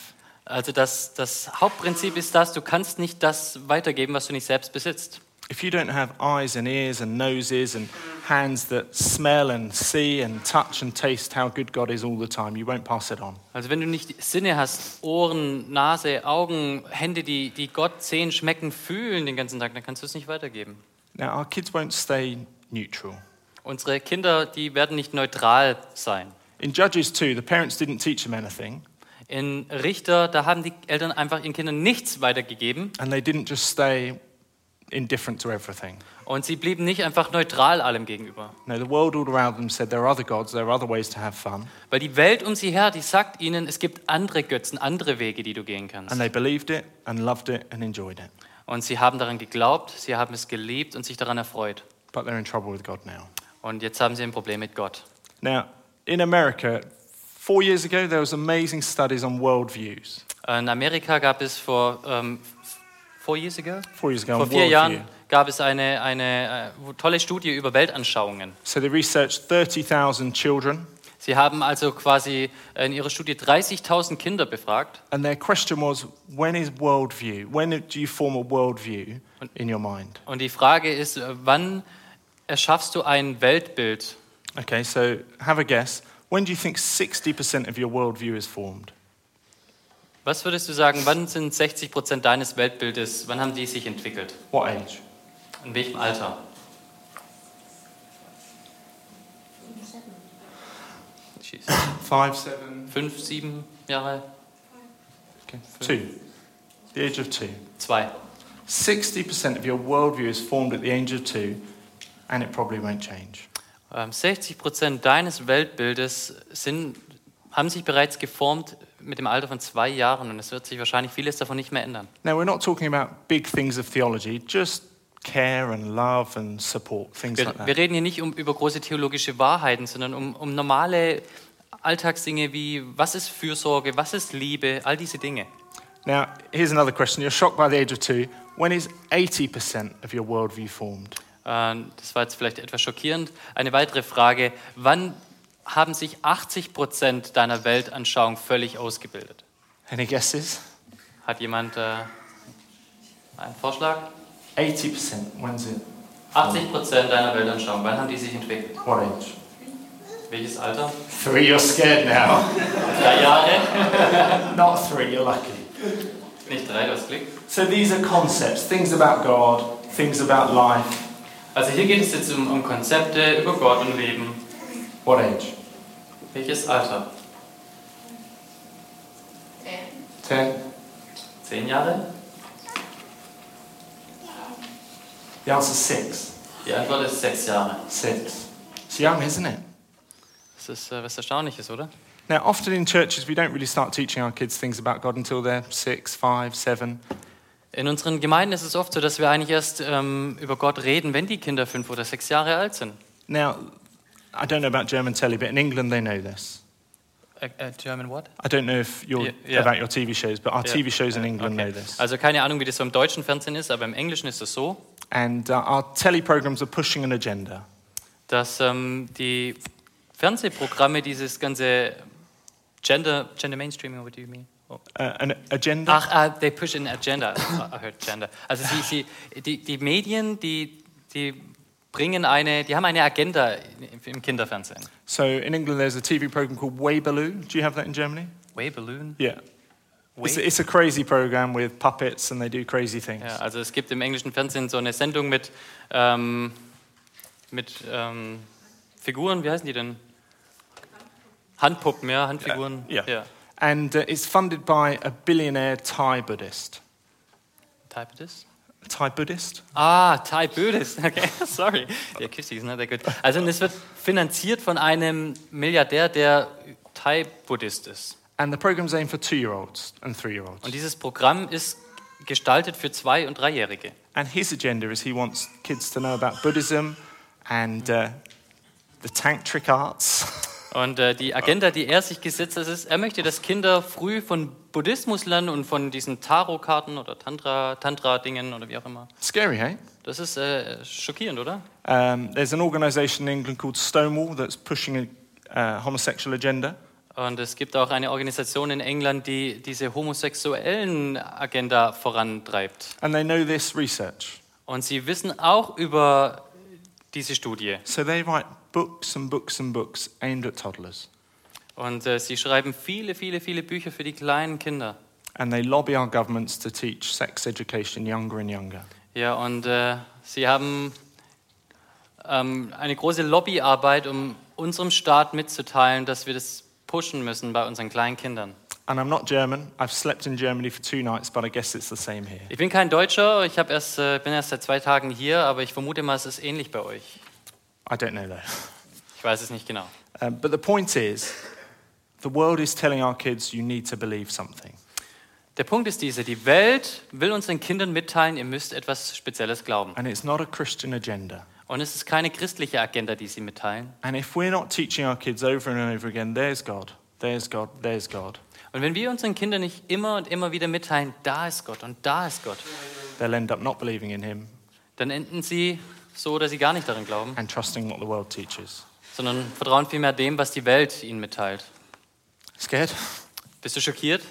Also das, das Hauptprinzip ist das, du kannst nicht das weitergeben, was du nicht selbst besitzt.
If you don't have eyes and ears and noses and hands that smell and see and touch and taste how good God is all the time, you won't pass it on.
Also wenn du nicht Sinne hast, Ohren, Nase, Augen, Hände, die, die Gott sehen, schmecken, fühlen den ganzen Tag, dann kannst du es nicht weitergeben.
Now, our kids won't stay neutral.
Unsere Kinder, die werden nicht neutral sein.
In Judges 2, the parents didn't teach them anything,
In Richter, da haben die Eltern einfach ihren Kindern nichts weitergegeben
and they didn't just stay indifferent to everything.
Und sie blieben nicht einfach neutral allem gegenüber.
No, the world all around them said there are other gods, there are other ways to have fun,
Weil die Welt um sie her, die sagt ihnen, es gibt andere Götzen, andere Wege, die du gehen kannst.
and they believed it and loved it and enjoyed it.
Und sie haben daran geglaubt, sie haben es geliebt und sich daran erfreut.
But they're in trouble with God now.
Und jetzt haben sie ein Problem mit Gott.
Now, in America, four years ago, there was amazing studies on worldviews.
In Amerika gab es vor, ähm, four years ago?
Four years ago,
vor
on
vier
worldview.
Jahren gab es eine, eine äh, tolle Studie über Weltanschauungen.
So they researched 30,000 children,
Sie haben also quasi in ihrer Studie 30.000 Kinder befragt.
and their question was, when is worldview? When do you form a worldview in your mind?
Und die Frage ist, äh, wann erschaffst du ein Weltbild?
Okay, so have a guess. When do you think 60% of your worldview is formed?
Was würdest du sagen, wann sind 60 Prozent deines Weltbildes, wann haben die sich entwickelt?
What age?
In welchem Alter? Jeez.
Five, seven,
Fünf, sieben Jahre?
okay, two. The age of two.
Zwei.
60% of your worldview is formed at the age of two, and it probably won't change.
Ähm, 60 Prozent deines Weltbildes sind, haben sich bereits geformt mit dem Alter von zwei Jahren und es wird sich wahrscheinlich vieles davon nicht mehr ändern.
Now, we're not talking about big things of theology, just care and love and support, things
Wir,
like that.
wir reden hier nicht um, über große theologische Wahrheiten, sondern um, um normale Alltagsdinge wie was ist Fürsorge, was ist Liebe, all diese Dinge.
Now, here's another question. You're shocked by the age of two. When is 80% of your worldview formed?
Äh, Das war jetzt vielleicht etwas schockierend. Eine weitere Frage: Wann haben sich 80 Prozent deiner Weltanschauung völlig ausgebildet?
Any guesses?
Hat jemand äh, einen Vorschlag?
80%. When's it?
80 Prozent deiner Weltanschauung, wann haben die sich entwickelt?
What age?
Welches Alter?
Three, you're scared now.
Drei Jahre?
Not three, you're lucky.
Nicht drei, du hast Glück.
So these are concepts, things about God, things about life.
Also hier geht es jetzt um, um Konzepte über Gott und Leben.
What age?
Welches Alter?
Ten?
Zehn Jahre?
The answer's six.
Die Antwort ist sechs Jahre.
Six. It's young, isn't it?
Das ist äh, was Erstaunliches, oder?
Now, often in churches, we don't really start teaching our kids things about God until they're six, five, seven.
In unseren Gemeinden ist es oft so, dass wir eigentlich erst ähm, über Gott reden, wenn die Kinder fünf oder sechs Jahre alt sind.
Now, I don't know about German telly, but in England, they know this.
German what?
I don't know if you're
Yeah, yeah.
about your TV shows, but our TV shows in England know this.
Also keine Ahnung, wie das so im deutschen Fernsehen ist, aber im Englischen ist es so,
And uh, our telly programs are pushing an agenda.
dass ähm, die Fernsehprogramme dieses ganze Gender, Gender Mainstreaming, what do you mean?
Uh, an agenda?
Ach, ah, they push an agenda. I heard gender. Also sie, sie, die, die Medien, die, die bringen eine, die haben eine Agenda im Kinderfernsehen.
So in England, there's a TV program called Weibaloo. Do you have that in Germany?
Way Balloon?
Yeah. It's,
Way-
it's a crazy program with puppets and they do crazy things.
Ja, also es gibt im englischen Fernsehen so eine Sendung mit, ähm, mit ähm, Figuren, wie heißen die denn? Handpuppen, ja, Handfiguren.
Ja, ja. And uh, it's funded by a billionaire Thai Buddhist.
Thai Buddhist?
Thai Buddhist?
Ah, Thai Buddhist, okay, sorry. Der Kipsi ist not that good. Also und es wird finanziert von einem Milliardär, der Thai Buddhist ist.
And the program's aimed for two year olds and three year olds.
Und dieses Programm ist gestaltet für Zwei- und Dreijährige.
And his agenda is he wants kids to know about Buddhism and uh, the tantric arts.
Und äh, die Agenda, die er sich gesetzt hat, ist, er möchte, dass Kinder früh von Buddhismus lernen und von diesen Tarotkarten oder Tantra- Tantra-Dingen oder wie auch immer.
Scary, eh?
Das ist äh, schockierend, oder?
Um, there's an organisation in England called Stonewall that's pushing a uh, homosexual agenda.
Und es gibt auch eine Organisation in England, die diese homosexuellen Agenda vorantreibt.
And they know this research.
Und sie wissen auch über diese Studie.
So they write books and books and books aimed at toddlers.
Und äh, sie schreiben viele, viele, viele Bücher für die kleinen Kinder.
And they lobby our governments to teach sex education younger and younger.
Ja, und äh, Sie haben ähm, eine große Lobbyarbeit, um unserem Staat mitzuteilen, dass wir das pushen müssen bei unseren kleinen Kindern.
and I'm not German. I've slept in Germany for two nights, but I guess it's the same here.
Ich bin kein Deutscher, ich hab erst, äh, bin erst seit zwei Tagen hier, aber ich vermute mal, es ist ähnlich bei euch.
I don't know though.
Ich weiß es nicht genau.
Um, but the point is, the world is telling our kids you need to believe something.
Der Punkt ist dieser, die Welt will unseren Kindern mitteilen, ihr müsst etwas Spezielles glauben.
And it's not a Christian agenda.
Und es ist keine christliche Agenda, die sie mitteilen.
And if we're not teaching our kids over and over again, there's God, there's God, there's God,
Und wenn wir unseren Kindern nicht immer und immer wieder mitteilen, da ist Gott und da ist Gott,
they'll end up not believing in Him
dann enden sie so, dass sie gar nicht darin glauben,
and trusting what the world teaches.
sondern vertrauen vielmehr dem, was die Welt ihnen mitteilt.
Scared?
Bist du schockiert?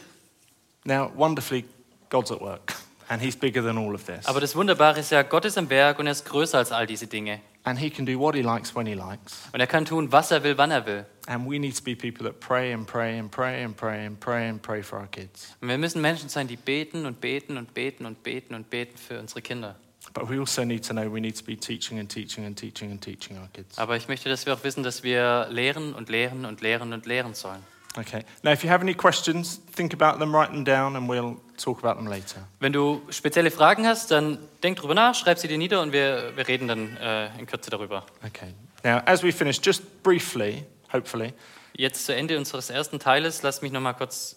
Now, wonderfully, God's at work, and He's bigger than all of this.
Aber das Wunderbare ist ja, Gott ist am Werk und er ist größer als all diese Dinge.
And He can do what He likes when He likes.
Und er kann tun, was er will, wann er will.
And we need to be people that pray and pray and pray and pray and pray and pray for our kids.
Und wir müssen Menschen sein, die beten und beten und beten und beten und beten für unsere Kinder.
But we also need to know we need to be teaching and teaching and teaching and teaching our kids.
Aber ich möchte, dass wir auch wissen, dass wir lehren und lehren und lehren und lehren sollen.
Okay. Now, if you have any questions, think about them, write them down, and we'll talk about them later.
Wenn du spezielle Fragen hast, dann denk drüber nach, schreib sie dir nieder und wir, wir reden dann äh, in Kürze darüber.
Okay. Now, as we finish, just briefly, hopefully.
Jetzt zu Ende unseres ersten Teiles, lass mich nochmal kurz.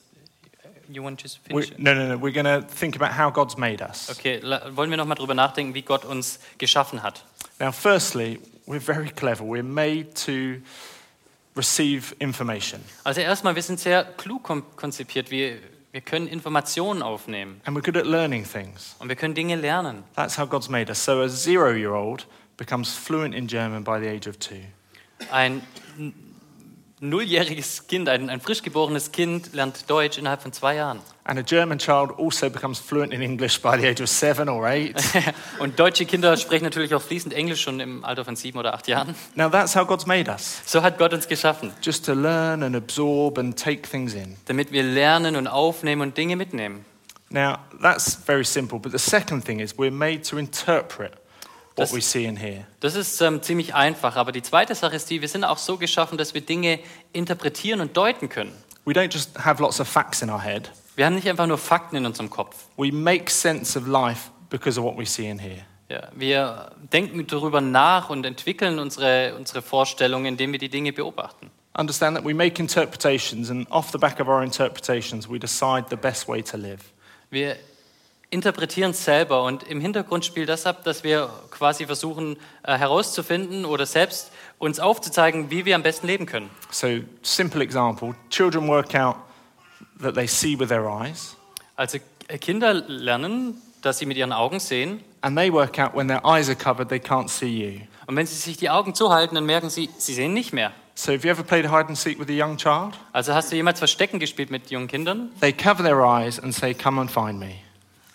You want to
We,
finish? it?
no, no, no. We're going to think about how God's made us.
Okay, la- wollen wir nochmal drüber nachdenken, wie Gott uns geschaffen hat.
Now, firstly, we're very clever. We're made to receive information,
Also, erstmal, wir sind sehr klug kon- konzipiert. Wir, wir können Informationen aufnehmen
and we're good at learning things.
und wir können Dinge lernen.
That's how God's made us. So, a zero year old becomes fluent in German by the age of two.
Ein n- nulljähriges Kind, ein, ein frisch geborenes Kind lernt Deutsch innerhalb von zwei Jahren.
And a German child also becomes fluent in English by the age of seven or eight.
Und deutsche Kinder sprechen natürlich auch fließend Englisch schon im Alter von sieben oder acht Jahren.
now, that's how God's made us.
So hat Gott uns geschaffen,
just to learn and absorb and take things in.
damit wir lernen und aufnehmen und Dinge mitnehmen.
Now, that's very simple, but the second thing is we're made to interpret what
Das-
we see and hear.
Das ist ähm, ziemlich einfach, aber die zweite Sache ist die, wir sind auch so geschaffen, dass wir Dinge interpretieren und deuten können.
We don't just have lots of facts in our head,
Wir haben nicht einfach nur Fakten in unserem Kopf.
we make sense of life because of what we see and hear.
Ja, wir denken darüber nach und entwickeln unsere, unsere Vorstellungen, indem wir die Dinge beobachten.
Understand that we make interpretations, and off the back of our interpretations, we decide the best way to live.
Wir interpretieren es selber und im Hintergrund spielt das ab, dass wir quasi versuchen äh, herauszufinden oder selbst uns aufzuzeigen, wie wir am besten leben können.
So, simple example children work out that they see with their eyes,
Also äh, Kinder lernen, dass sie mit ihren Augen sehen
and they work out when their eyes are covered, they can't see you.
und wenn sie sich die Augen zuhalten, dann merken sie, sie sehen nicht mehr.
So, have you ever played hide and seek with a young child?
Also hast du jemals Verstecken gespielt mit jungen Kindern?
They cover their eyes and say, Come and find me.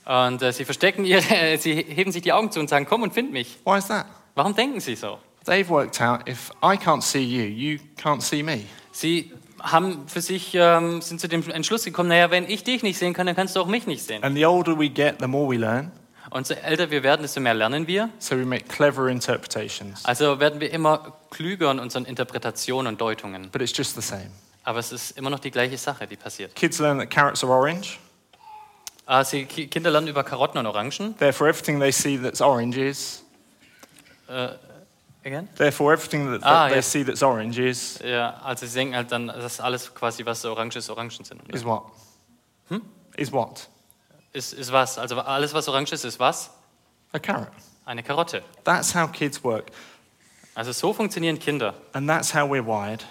Und äh, sie verstecken ihre, sie heben sich die Augen zu und sagen, komm und find mich.
Why is that?
Warum denken sie so?
They've worked out if I can't see you, you can't see me.
Sie haben für sich, ähm, sind zu dem Entschluss gekommen, naja, wenn ich dich nicht sehen kann, dann kannst du auch mich nicht sehen.
And the older we get, the more we learn.
Und so älter wir werden, desto mehr lernen wir.
So we make clever interpretations.
Also werden wir immer klüger in unseren Interpretationen und Deutungen.
But it's just the same.
Aber es ist immer noch die gleiche Sache, die passiert.
Kids learn that carrots are orange.
Ah, sie, Ki- Kinder lernen über Karotten und Orangen.
Therefore, everything they see that's orange is.
Again?
Therefore, everything that, that
Ah,
they
yeah.
see that's orange is.
Ja, also sie denken halt dann, dass alles quasi, was so orange ist, Orangen sind.
Is what? Hmm? Is what?
Ist, ist was? Also alles, was orange ist, ist was?
A carrot.
Eine Karotte.
That's how kids work.
Also so funktionieren Kinder.
And that's how we're wired.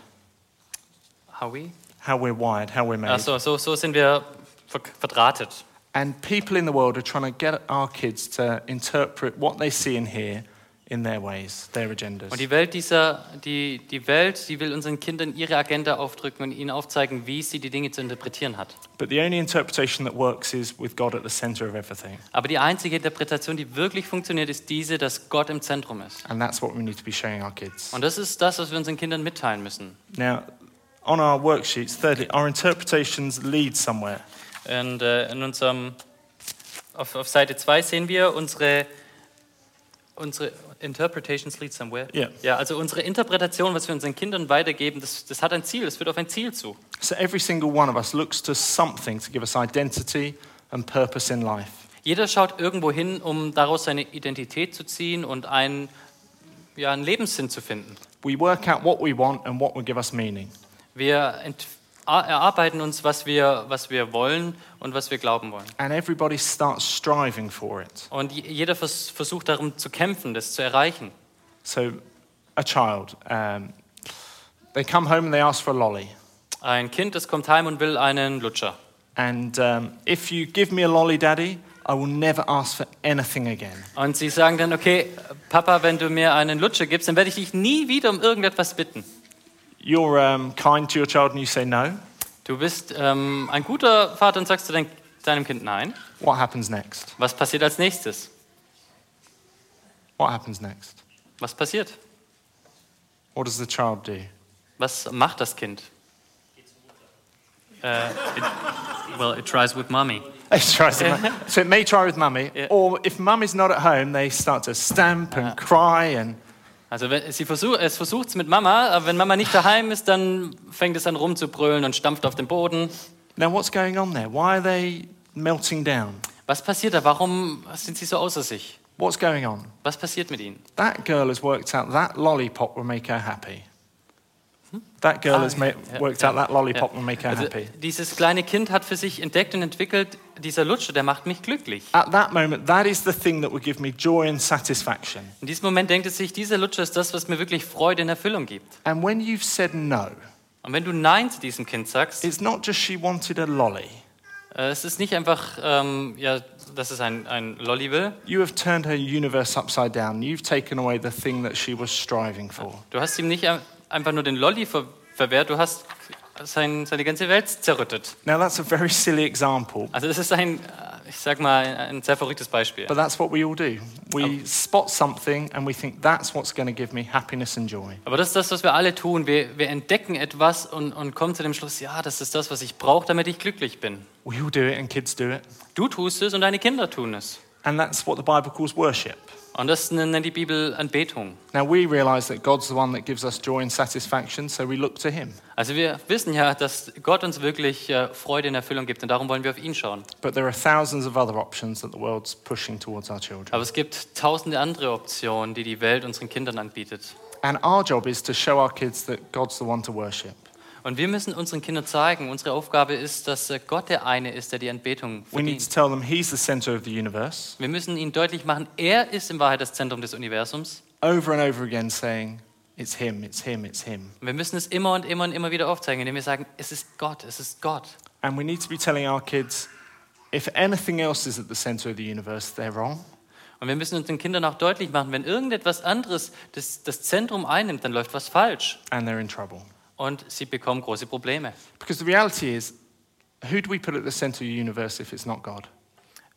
Howie?
How we're wired, how we're made.
Also so, so sind wir ver verdrahtet.
And people in the world are trying to get our kids to interpret what they see and hear in their ways, their agendas.
Und die Welt dieser, die, die Welt, die will unseren Kindern ihre Agenda aufdrücken und ihnen aufzeigen, wie sie die Dinge zu interpretieren hat.
But the only interpretation that works is with God at the center of everything.
Aber die einzige Interpretation, die wirklich funktioniert, ist diese, dass Gott im Zentrum ist.
And that's what we need to be showing our kids.
Und das ist das, was wir unseren Kindern mitteilen müssen.
Now, on our worksheets, thirdly, our interpretations lead somewhere.
Und äh, in unserem, auf, auf Seite 2 sehen wir unsere unsere Interpretations lead somewhere.
Ja.
Ja, also unsere Interpretation, was wir unseren Kindern weitergeben, das, das hat ein Ziel, das führt auf ein Ziel zu.
So every single one of us looks to something to give us identity and purpose in life.
Jeder schaut irgendwo hin, um daraus seine Identität zu ziehen und einen, ja, einen Lebenssinn zu finden.
We work out what we want and what will give us meaning.
Wir ent- a- erarbeiten uns, was wir, was wir wollen und was wir glauben wollen.
And everybody starts striving for it.
Und j- jeder vers versucht darum zu kämpfen, das zu erreichen.
So, a child, um, they come home and they ask for a lolly.
Ein Kind, das kommt heim und will einen Lutscher.
And um, if you give me a lolly, daddy, I will never ask for anything again.
Und sie sagen dann, okay, Papa, wenn du mir einen Lutscher gibst, dann werde ich dich nie wieder um irgendetwas bitten.
You're um, kind to your child and you say no.
Du bist ähm, ein guter Vater und sagst zu dein, deinem Kind nein.
What happens next?
Was passiert als nächstes?
What happens next?
Was passiert?
What does the child do?
Was macht das Kind? Äh, it, well, it tries with mommy.
It tries to ma- so it may try with mummy,
Yeah.
or if mummy's not at home, they start to stamp and cry and
Also wenn, sie versuch, es versucht es mit Mama, aber wenn Mama nicht daheim ist, dann fängt es an rumzubrüllen und stampft auf den Boden.
Now, what's going on there? Why are they melting down?
Was passiert da? Warum sind sie so außer sich?
What's going on?
Was passiert mit ihnen?
That girl has worked out that lollipop will make her happy. Hmm? That girl has ma-
Oh, yeah,
worked
yeah,
out that lollipop will make her
Also,
happy.
dieses kleine Kind hat für sich entdeckt und entwickelt, dieser Lutscher, der macht mich glücklich.
At that moment, that is the thing that will give me joy and satisfaction.
In diesem Moment denkt es sich, dieser Lutscher ist das, was mir wirklich Freude in Erfüllung gibt.
And when you've said no,
Und wenn du Nein zu diesem Kind sagst, äh,
it's not just she wanted a lolly.
es ist nicht einfach, ähm, ja, dass es ein, ein Lolli will.
You have turned her universe upside down. You've taken away the thing that she was striving for.
Du hast ihm nicht ein- einfach nur den Lolli ver verwehrt, du hast sein, seine ganze Welt zerrüttet.
Now, that's a very silly example,
Also es ist ein, äh, ich sag mal, ein sehr verrücktes Beispiel.
but that's what we all do.
Oh.
We spot something and we think that's what's going to give me happiness and joy.
Aber das ist das, was wir alle tun. Wir, wir entdecken etwas und, und kommen zu dem Schluss, ja, das ist das, was ich brauche, damit ich glücklich bin.
We all do it and kids do it.
Du tust es und deine Kinder tun es.
And that's what the Bible calls worship.
Und das nennt die Bibel Anbetung.
Now we realize that God's the one that gives us joy and satisfaction, so we look to him.
Also wir wissen ja, dass Gott uns wirklich äh, Freude in Erfüllung gibt und darum wollen wir auf ihn schauen.
But there are thousands of other options that the world's pushing towards our children.
Aber es gibt tausende andere Optionen, die die Welt unseren Kindern anbietet.
And our job is to show our kids that God's the one to worship.
Und wir müssen unseren Kindern zeigen, unsere Aufgabe ist, dass äh, Gott der eine ist, der die Anbetung
We need to
verdient.
tell them he's the center of the universe,
Wir müssen ihnen deutlich machen, er ist in Wahrheit das Zentrum des Universums.
over and over again saying, It's him, it's him, it's him.
Und wir müssen es immer und immer und immer wieder aufzeigen, indem wir sagen, es ist Gott, es ist Gott.
And we need to be telling our kids, if anything else is at the center of the universe, they're wrong.
Und wir müssen uns den Kindern auch deutlich machen, wenn irgendetwas anderes das, das Zentrum einnimmt, dann läuft was falsch.
And they're in trouble.
Und sie bekommen große Probleme.
Because the reality is, who do we put at the center of the universe if it's not God?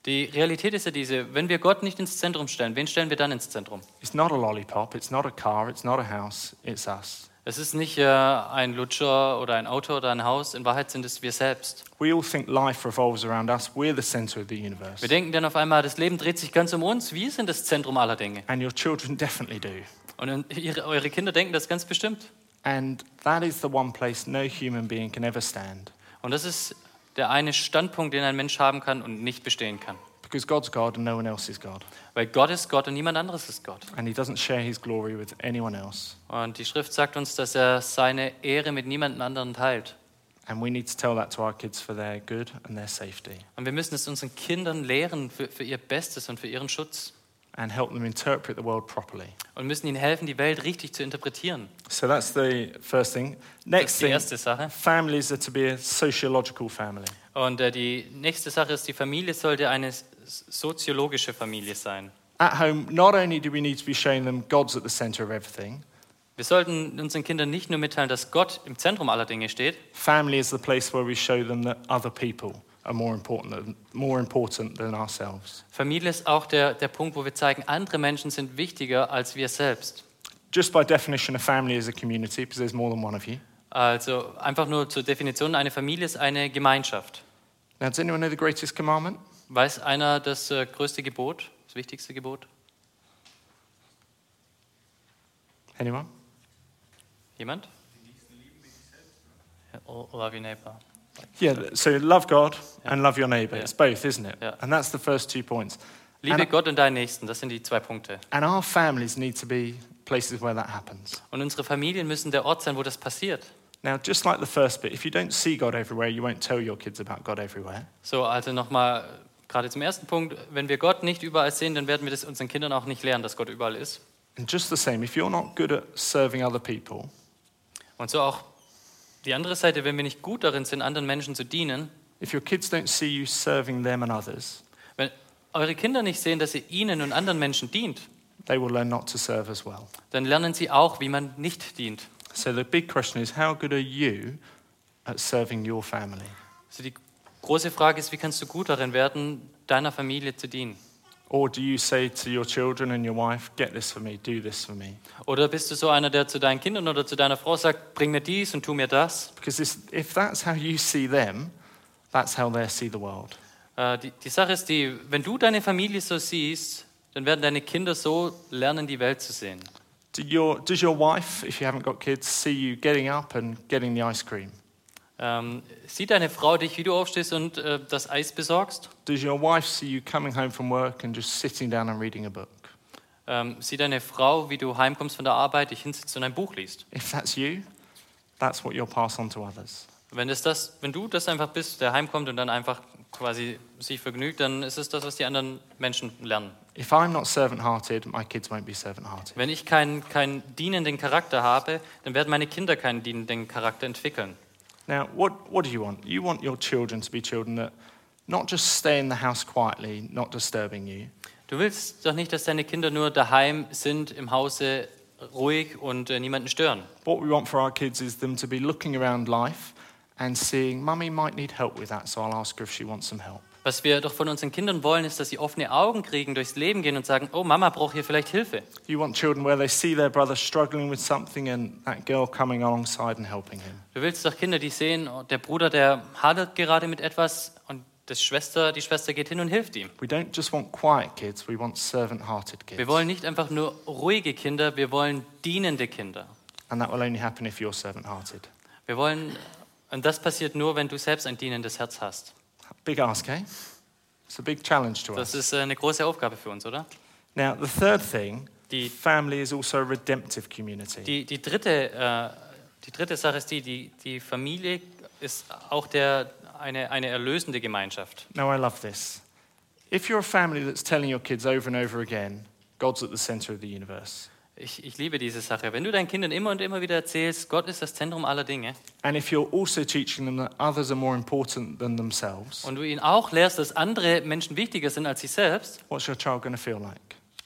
Die Realität ist ja diese, wenn wir Gott nicht ins Zentrum stellen, wen stellen wir dann ins Zentrum?
It's not a lollipop, it's not a car, it's not a house, it's us.
Es ist nicht äh, ein Lutscher oder ein Auto oder ein Haus, in Wahrheit sind es wir selbst.
We all think life revolves around us, we're the center of the universe.
Wir denken dann auf einmal, das Leben dreht sich ganz um uns, wir sind das Zentrum aller Dinge.
And your children definitely do.
Und ihre, eure Kinder denken das ganz bestimmt.
And that is the one place no human being can ever stand.
Und das ist der eine Standpunkt, den ein Mensch haben kann und nicht bestehen kann.
Because God's God and no one else is God.
Weil Gott ist Gott und niemand anderes ist Gott.
And He doesn't share His glory with anyone else.
Und die Schrift sagt uns, dass er seine Ehre mit niemandem anderen teilt.
And we need to tell that to our kids for their good and their safety.
Und wir müssen es unseren Kindern lehren für, für ihr Bestes und für ihren Schutz.
And help them interpret the world properly.
Und müssen ihnen helfen, die Welt richtig zu interpretieren.
So that's the first thing.
Das
Next
ist die
thing
erste Sache.
families are to be a sociological family.
Und äh, die nächste Sache ist, die Familie sollte eine s- soziologische Familie sein.
At home, not only do we need to be showing them God's at the center of everything,
Wir sollten unseren Kindern nicht nur mitteilen, dass Gott im Zentrum aller Dinge steht,
family is the place where we show them that other people are more important than, more important than ourselves.
Familie ist auch der, der Punkt, wo wir zeigen, andere Menschen sind wichtiger als wir selbst.
Just by definition, a family is a community because there's more than one of you.
Also einfach nur zur Definition, eine Familie ist eine Gemeinschaft.
Now, does anyone know the greatest commandment?
Weiß einer das äh, größte Gebot, das wichtigste Gebot?
Anyone?
Jemand? Or Love your neighbor.
Yeah, so love God and love your neighbor.
Yeah.
It's both, isn't it?
Yeah.
And that's the first two points.
Liebe
And-
Gott und deinen Nächsten, das sind die zwei Punkte.
And our families need to be places where that happens.
Und unsere Familien müssen der Ort sein, wo das passiert.
Now, just like the first bit, if you don't see God everywhere, you won't tell your kids about God everywhere.
So, also nochmal, gerade zum ersten Punkt, wenn wir Gott nicht überall sehen, dann werden wir das unseren Kindern auch nicht lernen, dass Gott überall ist.
And just the same, if you're not good at serving other people,
Und so auch die andere Seite, wenn wir nicht gut darin sind, anderen Menschen zu dienen,
if your kids don't see you serving them and others,
wenn eure Kinder nicht sehen, dass ihr ihnen und anderen Menschen dient,
they will learn not to serve as well.
dann lernen sie auch, wie man nicht dient.
So the big question is how good are you at serving your family?
Also die große Frage ist, wie kannst du gut darin werden, deiner Familie zu dienen?
Or do you say to your children and your wife, get this for me, do this for me?
Oder bist du so einer, der zu deinen Kindern oder zu deiner Frau sagt, bring mir dies und tu mir das?
Because this, if that's how you see them, that's how they see the world.
Äh, die, die Sache ist die, wenn du deine Familie so siehst, dann werden deine Kinder so lernen, die Welt zu sehen.
Do your, does your wife, if you haven't got kids, see you getting up and getting the ice cream?
Ähm, sieht deine Frau dich, wie du aufstehst und äh, das Eis besorgst?
Does your wife see you coming home from work and just sitting down and reading a book?
Ähm, sieht deine Frau, wie du heimkommst von der Arbeit, dich hinsitzt und ein Buch liest?
If that's you, that's what you'll pass on to others.
Wenn, es das, wenn du das einfach bist, der heimkommt und dann einfach quasi sich vergnügt, dann ist es das, was die anderen Menschen lernen.
If I'm not servant hearted, my kids won't be servant hearted.
Wenn ich keinen, keinen dienenden Charakter habe, dann werden meine Kinder keinen dienenden Charakter entwickeln.
Now, what, what do you want? You want your children to be children that not just stay in the house quietly, not disturbing you,
Du willst doch nicht, dass deine Kinder nur daheim sind, im Hause ruhig und äh, niemanden stören.
What we want for our kids is them to be looking around life and seeing, Mummy might need help with that, so I'll ask her if she wants some help.
Was wir doch von unseren Kindern wollen, ist, dass sie offene Augen kriegen, durchs Leben gehen und sagen, oh, Mama braucht hier vielleicht Hilfe.
You want children where they see their brother struggling with something and that girl coming alongside and helping him.
Du willst doch Kinder, die sehen, oh, der Bruder, der hadert gerade mit etwas und das Schwester, die Schwester geht hin und hilft ihm.
We don't just want quiet kids, we want servant hearted kids.
Wir wollen nicht einfach nur ruhige Kinder, wir wollen dienende Kinder.
And that will only happen if you're servant hearted.
Wir wollen, und das passiert nur, wenn du selbst ein dienendes Herz hast.
Big ask, eh? It's a big challenge to
Das
us.
ist äh, eine große Aufgabe für uns, oder?
Now, the third thing
Die-
family is also a redemptive community.
Die, die, dritte, äh, die dritte Sache ist die, die, die Familie ist auch der, eine, eine erlösende Gemeinschaft.
Now, I love this. If you're a family that's telling your kids over and over again, God's at the center of the universe,
Ich, ich liebe diese Sache. Wenn du deinen Kindern immer und immer wieder erzählst, Gott ist das Zentrum aller Dinge,
and if you're also teaching them that others are more important than themselves,
und du ihnen auch lehrst, dass andere Menschen wichtiger sind als sie selbst,
what's your child going to feel like?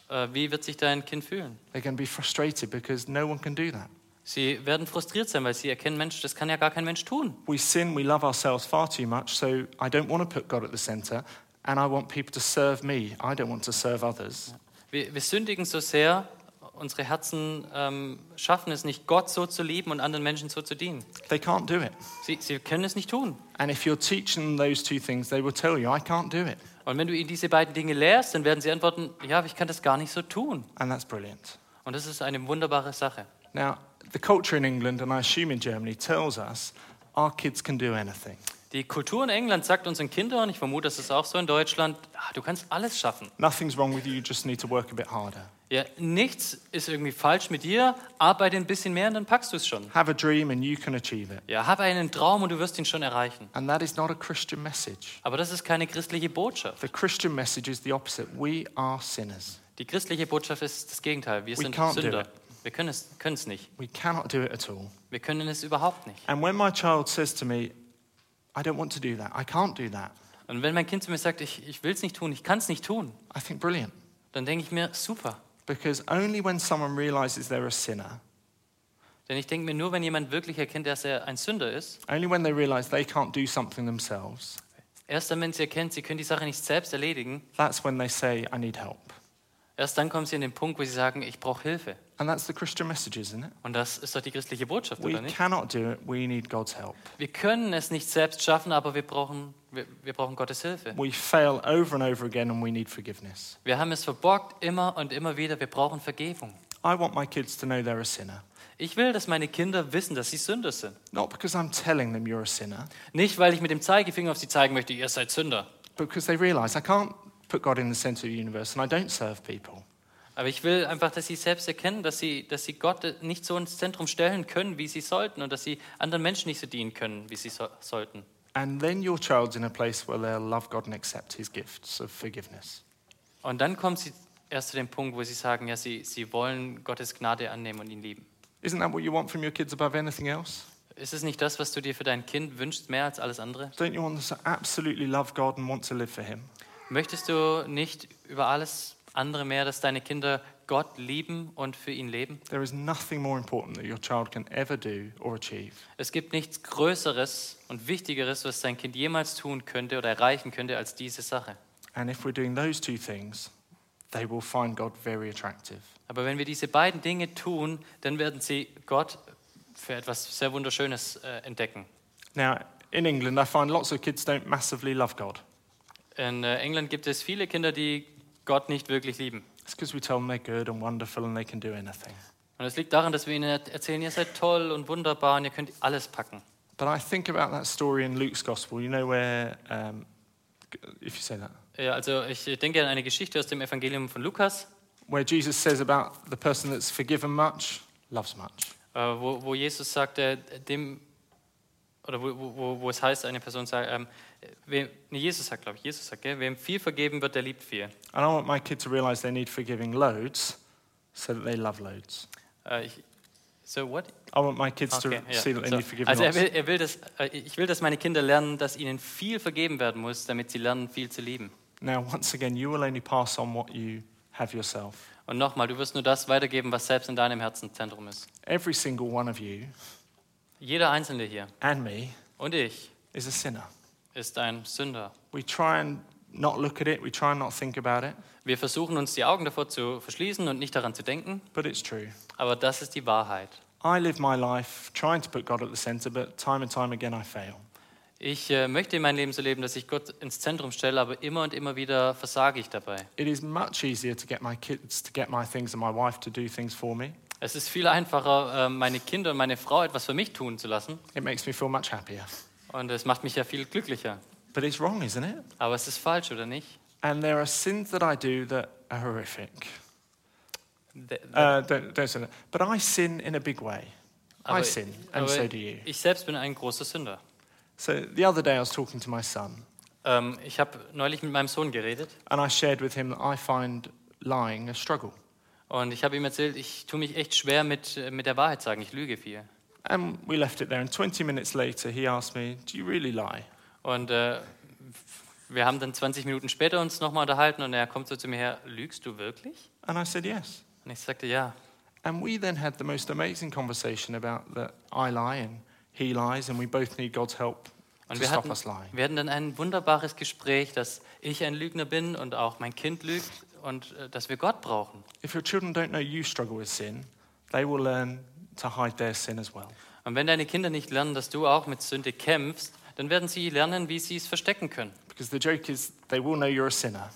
äh, wie wird sich dein Kind fühlen?
They're going to be frustrated because no one can do that.
Sie werden frustriert sein, weil sie erkennen, Mensch, das kann ja gar kein Mensch tun.
We sin, we love ourselves far too much, so I don't want to put God at the center, and I want people to serve me. I don't want to serve others.
Wir, wir sündigen so sehr, unsere Herzen ähm, schaffen es nicht, Gott so zu lieben und anderen Menschen so zu dienen.
They can't do it.
Sie, sie können es nicht tun.
And if you're teaching them those two things, they will tell you, I can't do it.
Und wenn du ihnen diese beiden Dinge lehrst, dann werden sie antworten, ja, aber ich kann das gar nicht so tun.
And that's brilliant.
Und das ist eine wunderbare Sache.
Now, the culture in England, and I assume in Germany, tells us our kids can do anything.
Die Kultur in England sagt unseren Kindern, und ich vermute, das ist auch so in Deutschland, ah, du kannst alles schaffen.
Nothing's wrong with you, you just need to work a bit harder.
Ja, nichts ist irgendwie falsch mit dir, arbeite ein bisschen mehr und dann packst du es schon.
Have a dream and you can achieve it.
Ja, habe einen Traum und du wirst ihn schon erreichen.
And that is not a Christian message.
Aber das ist keine christliche Botschaft.
The Christian message is the opposite. We are sinners.
Die christliche Botschaft ist das Gegenteil. Wir
We
sind
can't do
Sünder.
it.
Wir können es, können es nicht.
We cannot do it at all.
Wir können es überhaupt nicht.
And when my child says to me, I don't want to do that, I can't do that,
Und wenn mein Kind zu mir sagt, ich, ich will es nicht tun, ich kann es nicht tun,
I think brilliant.
dann denke ich mir, super.
Because only when someone realizes they're a sinner,
Denn ich denke mir, nur wenn jemand wirklich erkennt, dass er ein Sünder ist,
only when they realize they can't do something themselves,
erst dann, wenn sie erkennt, sie können die Sache nicht selbst erledigen,
that's when they say, I need help.
erst dann kommen sie an den Punkt, wo sie sagen, ich brauche Hilfe.
And that's the Christian message, isn't it?
Und das ist doch die christliche Botschaft,
We
oder nicht?
cannot do it. We need God's help.
Wir können es nicht selbst schaffen, aber wir brauchen, wir, wir brauchen Gottes Hilfe.
We fail over and over again and we need forgiveness.
Wir haben es verbockt, immer und immer wieder. Wir brauchen Vergebung.
I want my kids to know they're a sinner.
Ich will, dass meine Kinder wissen, dass sie Sünder sind.
Not because I'm telling them you're a sinner,
Nicht, weil ich mit dem Zeigefinger auf sie zeigen möchte, ihr seid Sünder.
but because they realize I can't put God in the center of the universe and I don't serve people.
Aber ich will einfach, dass sie selbst erkennen, dass sie, dass sie Gott nicht so ins Zentrum stellen können, wie sie sollten und dass sie anderen Menschen nicht so dienen können, wie sie so sollten.
And then your child's in a place where they'll love God and accept his gifts of forgiveness.
Und dann kommen sie erst zu dem Punkt, wo sie sagen, ja, sie, sie wollen Gottes Gnade annehmen und ihn lieben.
Isn't that what you want from your kids above anything else?
Ist es nicht das, was du dir für dein Kind wünschst, mehr als alles andere?
Don't you want them to absolutely love God and want to live for him?
Möchtest du nicht über alles andere mehr, dass deine Kinder Gott lieben und für ihn leben?
There is nothing more important that your child can ever do or achieve.
Es gibt nichts Größeres und Wichtigeres, was dein Kind jemals tun könnte oder erreichen könnte, als diese Sache.
And if we're doing those two things, they will find God very attractive.
Aber wenn wir diese beiden Dinge tun, dann werden sie Gott für etwas sehr Wunderschönes äh, entdecken.
Now, in England, I find lots of kids don't massively love God.
In äh, England gibt es viele Kinder, die Gott nicht wirklich lieben.
It's because we tell them they're good and wonderful and they can do anything.
Und es liegt daran, dass wir ihnen erzählen, ihr seid toll und wunderbar und ihr könnt alles packen.
But I think about that story in Luke's Gospel, you know, where, um, if you say that,
Ja, also ich denke an eine Geschichte aus dem Evangelium von Lukas,
where Jesus says about the person that's forgiven much loves much.
äh, wo, wo Jesus sagt, äh, dem, oder wo, wo, wo- wo es heißt, eine Person sagt, ähm, wem, nee, Jesus sagt, glaube ich, Jesus sagt, gell, wem viel vergeben wird, der liebt viel.
And I want my kid to realize they need forgiving loads so that they love loads.
Äh, ich, so what?
I want my kids
Okay,
to
ja,
see that they
so.
need forgiving
Also er
lots.
will, er will das, äh, ich will, dass meine Kinder lernen, dass ihnen viel vergeben werden muss, damit sie lernen, viel zu lieben.
Now, once again, you will only pass on what you have yourself.
Und nochmal, du wirst nur das weitergeben, was selbst in deinem Herzen Zentrum ist.
Every single one of you
Jeder Einzelne hier
and me
und ich
is a sinner.
ist ein Sünder.
We try and not look at it, we try and not think about it,
Wir versuchen uns die Augen davor zu verschließen und nicht daran zu denken,
but it's true.
aber das ist die Wahrheit.
I live my life trying to put God at the center, but time and time again I fail.
Ich äh, möchte mein Leben so leben, dass ich Gott ins Zentrum stelle, aber immer und immer wieder versage ich dabei.
It is much easier to get my kids to get my things and my wife to do things for me.
Es ist viel einfacher, äh, meine Kinder und meine Frau etwas für mich tun zu lassen
It makes me feel much happier.
und es macht mich ja viel glücklicher.
But it's wrong, isn't it?
Aber es ist falsch, oder nicht?
And there are sins that I do that are horrific.
De- de-
Uh, don't, don't say that. But I sin in a big way. I sin, and
aber
so do you.
ich selbst bin ein großer Sünder.
So the other day I was talking to my son,
Ähm, ich habe neulich mit meinem Sohn geredet
and I shared with him that I find lying a struggle.
und ich habe ihm erzählt, ich tue mich echt schwer mit, äh, mit der Wahrheit sagen, ich lüge viel.
And we left it there. And 20 minutes later, he asked me, Do you really lie?
Und äh, wir haben dann 20 Minuten später uns nochmal unterhalten und er kommt so zu mir her, lügst du wirklich?
And I said, Yes.
Und ich sagte, ja.
And we then had the most amazing conversation about that I lie and he lies, and we both need God's help
Und
to
wir
stop
hatten,
us lying.
wir hatten dann ein wunderbares Gespräch, dass ich ein Lügner bin und auch mein Kind lügt und äh, dass wir Gott brauchen.
If your children don't know you struggle with sin, they will learn to hide their sin as well.
Und wenn deine Kinder nicht lernen, dass du auch mit Sünde kämpfst, dann werden sie lernen, wie sie es verstecken können.
Because the joke is, they will know you're a sinner.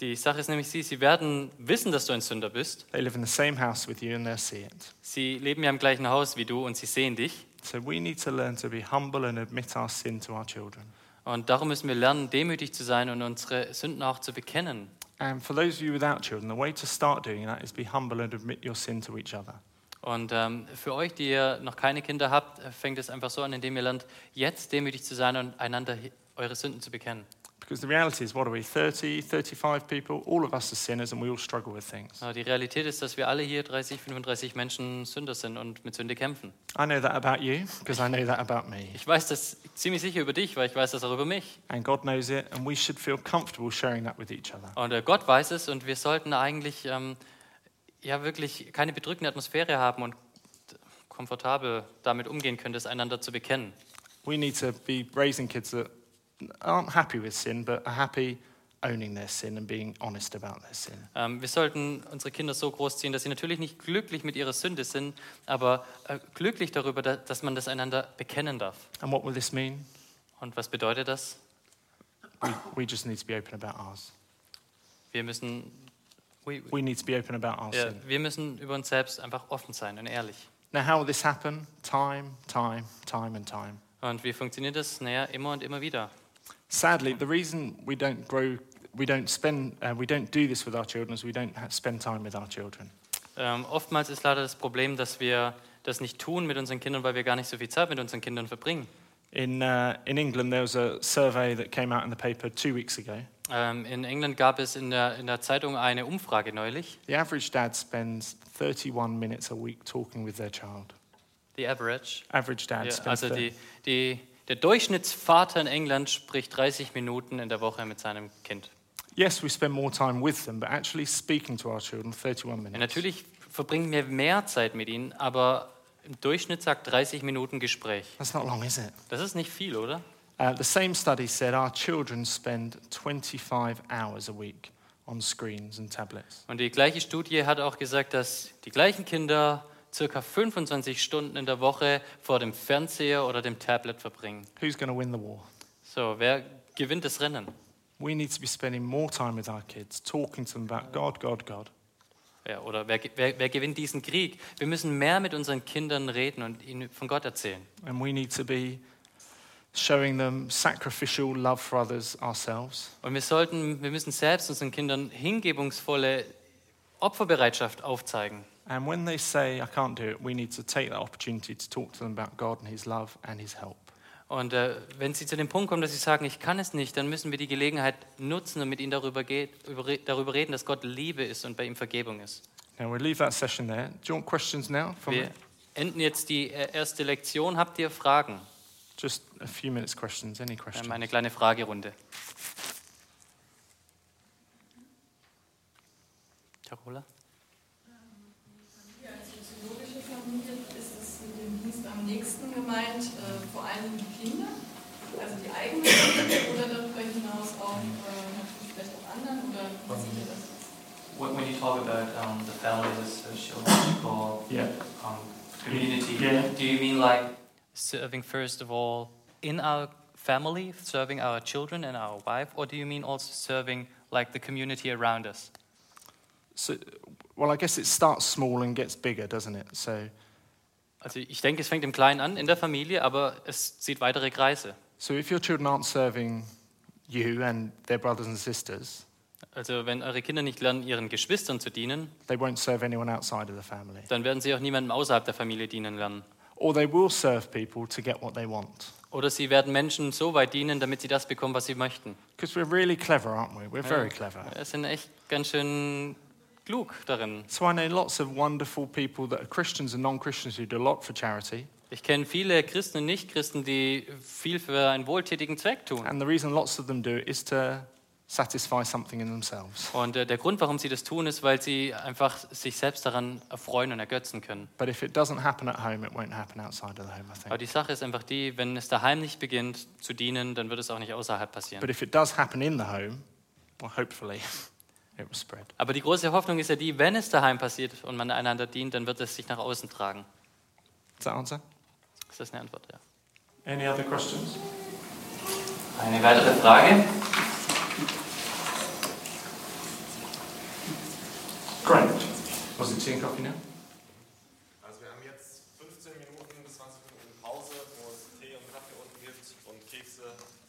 Die Sache ist nämlich sie, sie werden wissen, dass du ein Sünder bist.
They live in the same house with you and they'll see it.
Sie leben ja im gleichen Haus wie du und sie sehen dich.
So we need to learn to be humble and admit our sin to our children.
Und darum müssen wir lernen, demütig zu sein und unsere Sünden auch zu bekennen.
And for those of you without children, the way to start doing that is be humble and admit your sin to each other.
Und ähm, für euch, die ihr noch keine Kinder habt, äh, fängt es einfach so an, indem ihr lernt, jetzt demütig zu sein und einander hi- eure Sünden zu bekennen.
Because the reality is, what are we, 30, 35 people? All of us are sinners and we all struggle with things.
Aber die Realität ist, dass wir alle hier 30, 35 Menschen Sünder sind und mit Sünde kämpfen.
I know that about you because I know that about me.
Ich weiß das ziemlich sicher über dich, weil ich weiß das auch über mich.
And God knows it, and we should feel comfortable sharing that with each other.
Und äh, Gott weiß es und wir sollten eigentlich ähm, ja wirklich keine bedrückende Atmosphäre haben und komfortabel damit umgehen können, das einander zu bekennen.
We need to be raising kids that aren't happy with sin, but are happy owning their sin and being honest about their sin.
Ähm, wir sollten unsere Kinder so großziehen, dass sie natürlich nicht glücklich mit ihrer Sünde sind, aber äh, glücklich darüber, da, dass man das einander bekennen darf.
And what will this mean?
Und was bedeutet das?
We, we just need to be open about ours.
Wir müssen We, we,
we need to be open about our
ja,
sin.
wir müssen über uns selbst einfach offen sein und ehrlich.
Now, how will this happen? Time, time, time, and time.
Und wie funktioniert das? Naja, immer und immer wieder.
Sadly, the reason we don't grow, we don't spend, uh, we don't do this with our children is we don't ha- spend time with our children.
Ähm, oftmals ist leider das Problem, dass wir das nicht tun mit unseren Kindern, weil wir gar nicht so viel Zeit mit unseren Kindern verbringen.
In, uh, in England, there was a survey that came out in the paper two weeks ago.
Ähm, in England gab es in der, in der Zeitung eine Umfrage neulich,
The average dad spends 31 minutes a week talking with their child.
die Average.
Average dad
Ja,
spends
also
thir-
die, die, der Durchschnittsvater in England spricht 30 Minuten in der Woche mit seinem Kind.
Yes, we spend more time with them, but actually speaking to our children, 31
Ja,
minutes.
natürlich verbringen wir mehr Zeit mit ihnen, aber im Durchschnitt sagt 30 Minuten Gespräch.
That's not long, is it?
Das ist nicht viel, oder?
Uh, the same study said our children spend 25 hours a week on screens and tablets.
Und die gleiche Studie hat auch gesagt, dass die gleichen Kinder circa 25 Stunden in der Woche vor dem Fernseher oder dem Tablet verbringen.
Who's going to win the war?
So, wer gewinnt das Rennen?
We need to be spending more time with our kids, talking to them about God, God, God.
Ja, oder wer, ge- wer, wer gewinnt diesen Krieg? Wir müssen mehr mit unseren Kindern reden und ihnen von Gott erzählen.
And we need to be showing them sacrificial love for others ourselves.
Und wir sollten, wir müssen selbst unseren Kindern hingebungsvolle Opferbereitschaft aufzeigen.
And when they say, I can't do it, we need to take that opportunity to talk to them about God and His love and His help.
Und äh, wenn sie zu dem Punkt kommen, dass sie sagen, ich kann es nicht, dann müssen wir die Gelegenheit nutzen und mit ihnen darüber, geht, über, darüber reden, dass Gott Liebe ist und bei ihm Vergebung ist.
Now we'll leave that session there. Do you want questions now? From
Wir enden jetzt die äh, erste Lektion. Habt ihr Fragen?
Just a few minutes questions, any
Wir
questions?
haben eine kleine Fragerunde. Carola?
Familie als soziologische Familie ist es mit dem Dienst am nächsten gemeint, äh, vor allem die Kinder, also die eigenen Kinder oder darüber hinaus auch äh, natürlich vielleicht auch anderen oder wie seht ihr das?
When, when you talk about um, the family as a sociological
Yeah.
um, community,
Yeah.
do you mean like
Serving first of all in our family, serving our children and our wife, or do you mean also serving like the community around us?
So, well, I guess it starts small and gets bigger, doesn't it? So,
Also ich denke, es fängt im Kleinen an, in der Familie, aber es zieht weitere Kreise.
so if your children aren't serving you and their brothers and sisters,
Also wenn eure Kinder nicht lernen, ihren Geschwistern zu dienen,
they won't serve anyone outside of the family.
dann werden sie auch niemandem außerhalb der Familie dienen lernen.
Or they will serve people to get what they want.
Oder sie werden Menschen so weit dienen, damit sie das bekommen, was sie möchten.
Because we're really clever, aren't we? We're very clever.
Wir sind echt ganz schön klug darin.
So I know lots of wonderful people that are Christians and non Christians who do a lot for charity.
Ich kenne viele Christen und Nichtchristen, die viel für einen wohltätigen Zweck tun.
And the reason lots of them do it is to satisfy something in themselves.
Und äh, der Grund, warum sie das tun, ist, weil sie einfach sich selbst daran erfreuen und ergötzen können.
But if it doesn't happen at home, it won't happen outside of the home, I
Aber
think.
die Sache ist einfach die, wenn es daheim nicht beginnt zu dienen, dann wird es auch nicht außerhalb passieren.
But if it does happen in the home, well, hopefully, it will spread.
Aber die große Hoffnung ist ja die, wenn es daheim passiert und man einander dient, dann wird es sich nach außen tragen.
Does that answer?
Ist das eine Antwort? Ja.
Any other questions?
Eine weitere Frage.
Great. Was it tea and coffee now?
Also wir haben jetzt 15 Minuten bis 20 Minuten Pause, wo es Tee und Kaffee unten gibt und Kekse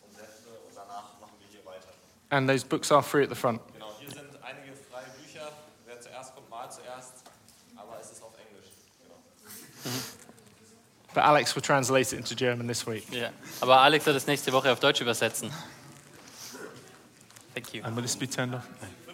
und Säfte und danach machen wir hier weiter.
And those books are free at the front.
Genau, hier sind einige freie Bücher. Wer zuerst kommt, mal zuerst. Aber es ist auf Englisch. Genau.
But Alex will translate it into German this week.
Ja. Aber Alex wird es nächste Woche auf Deutsch übersetzen. Thank you.
And will this be turned off?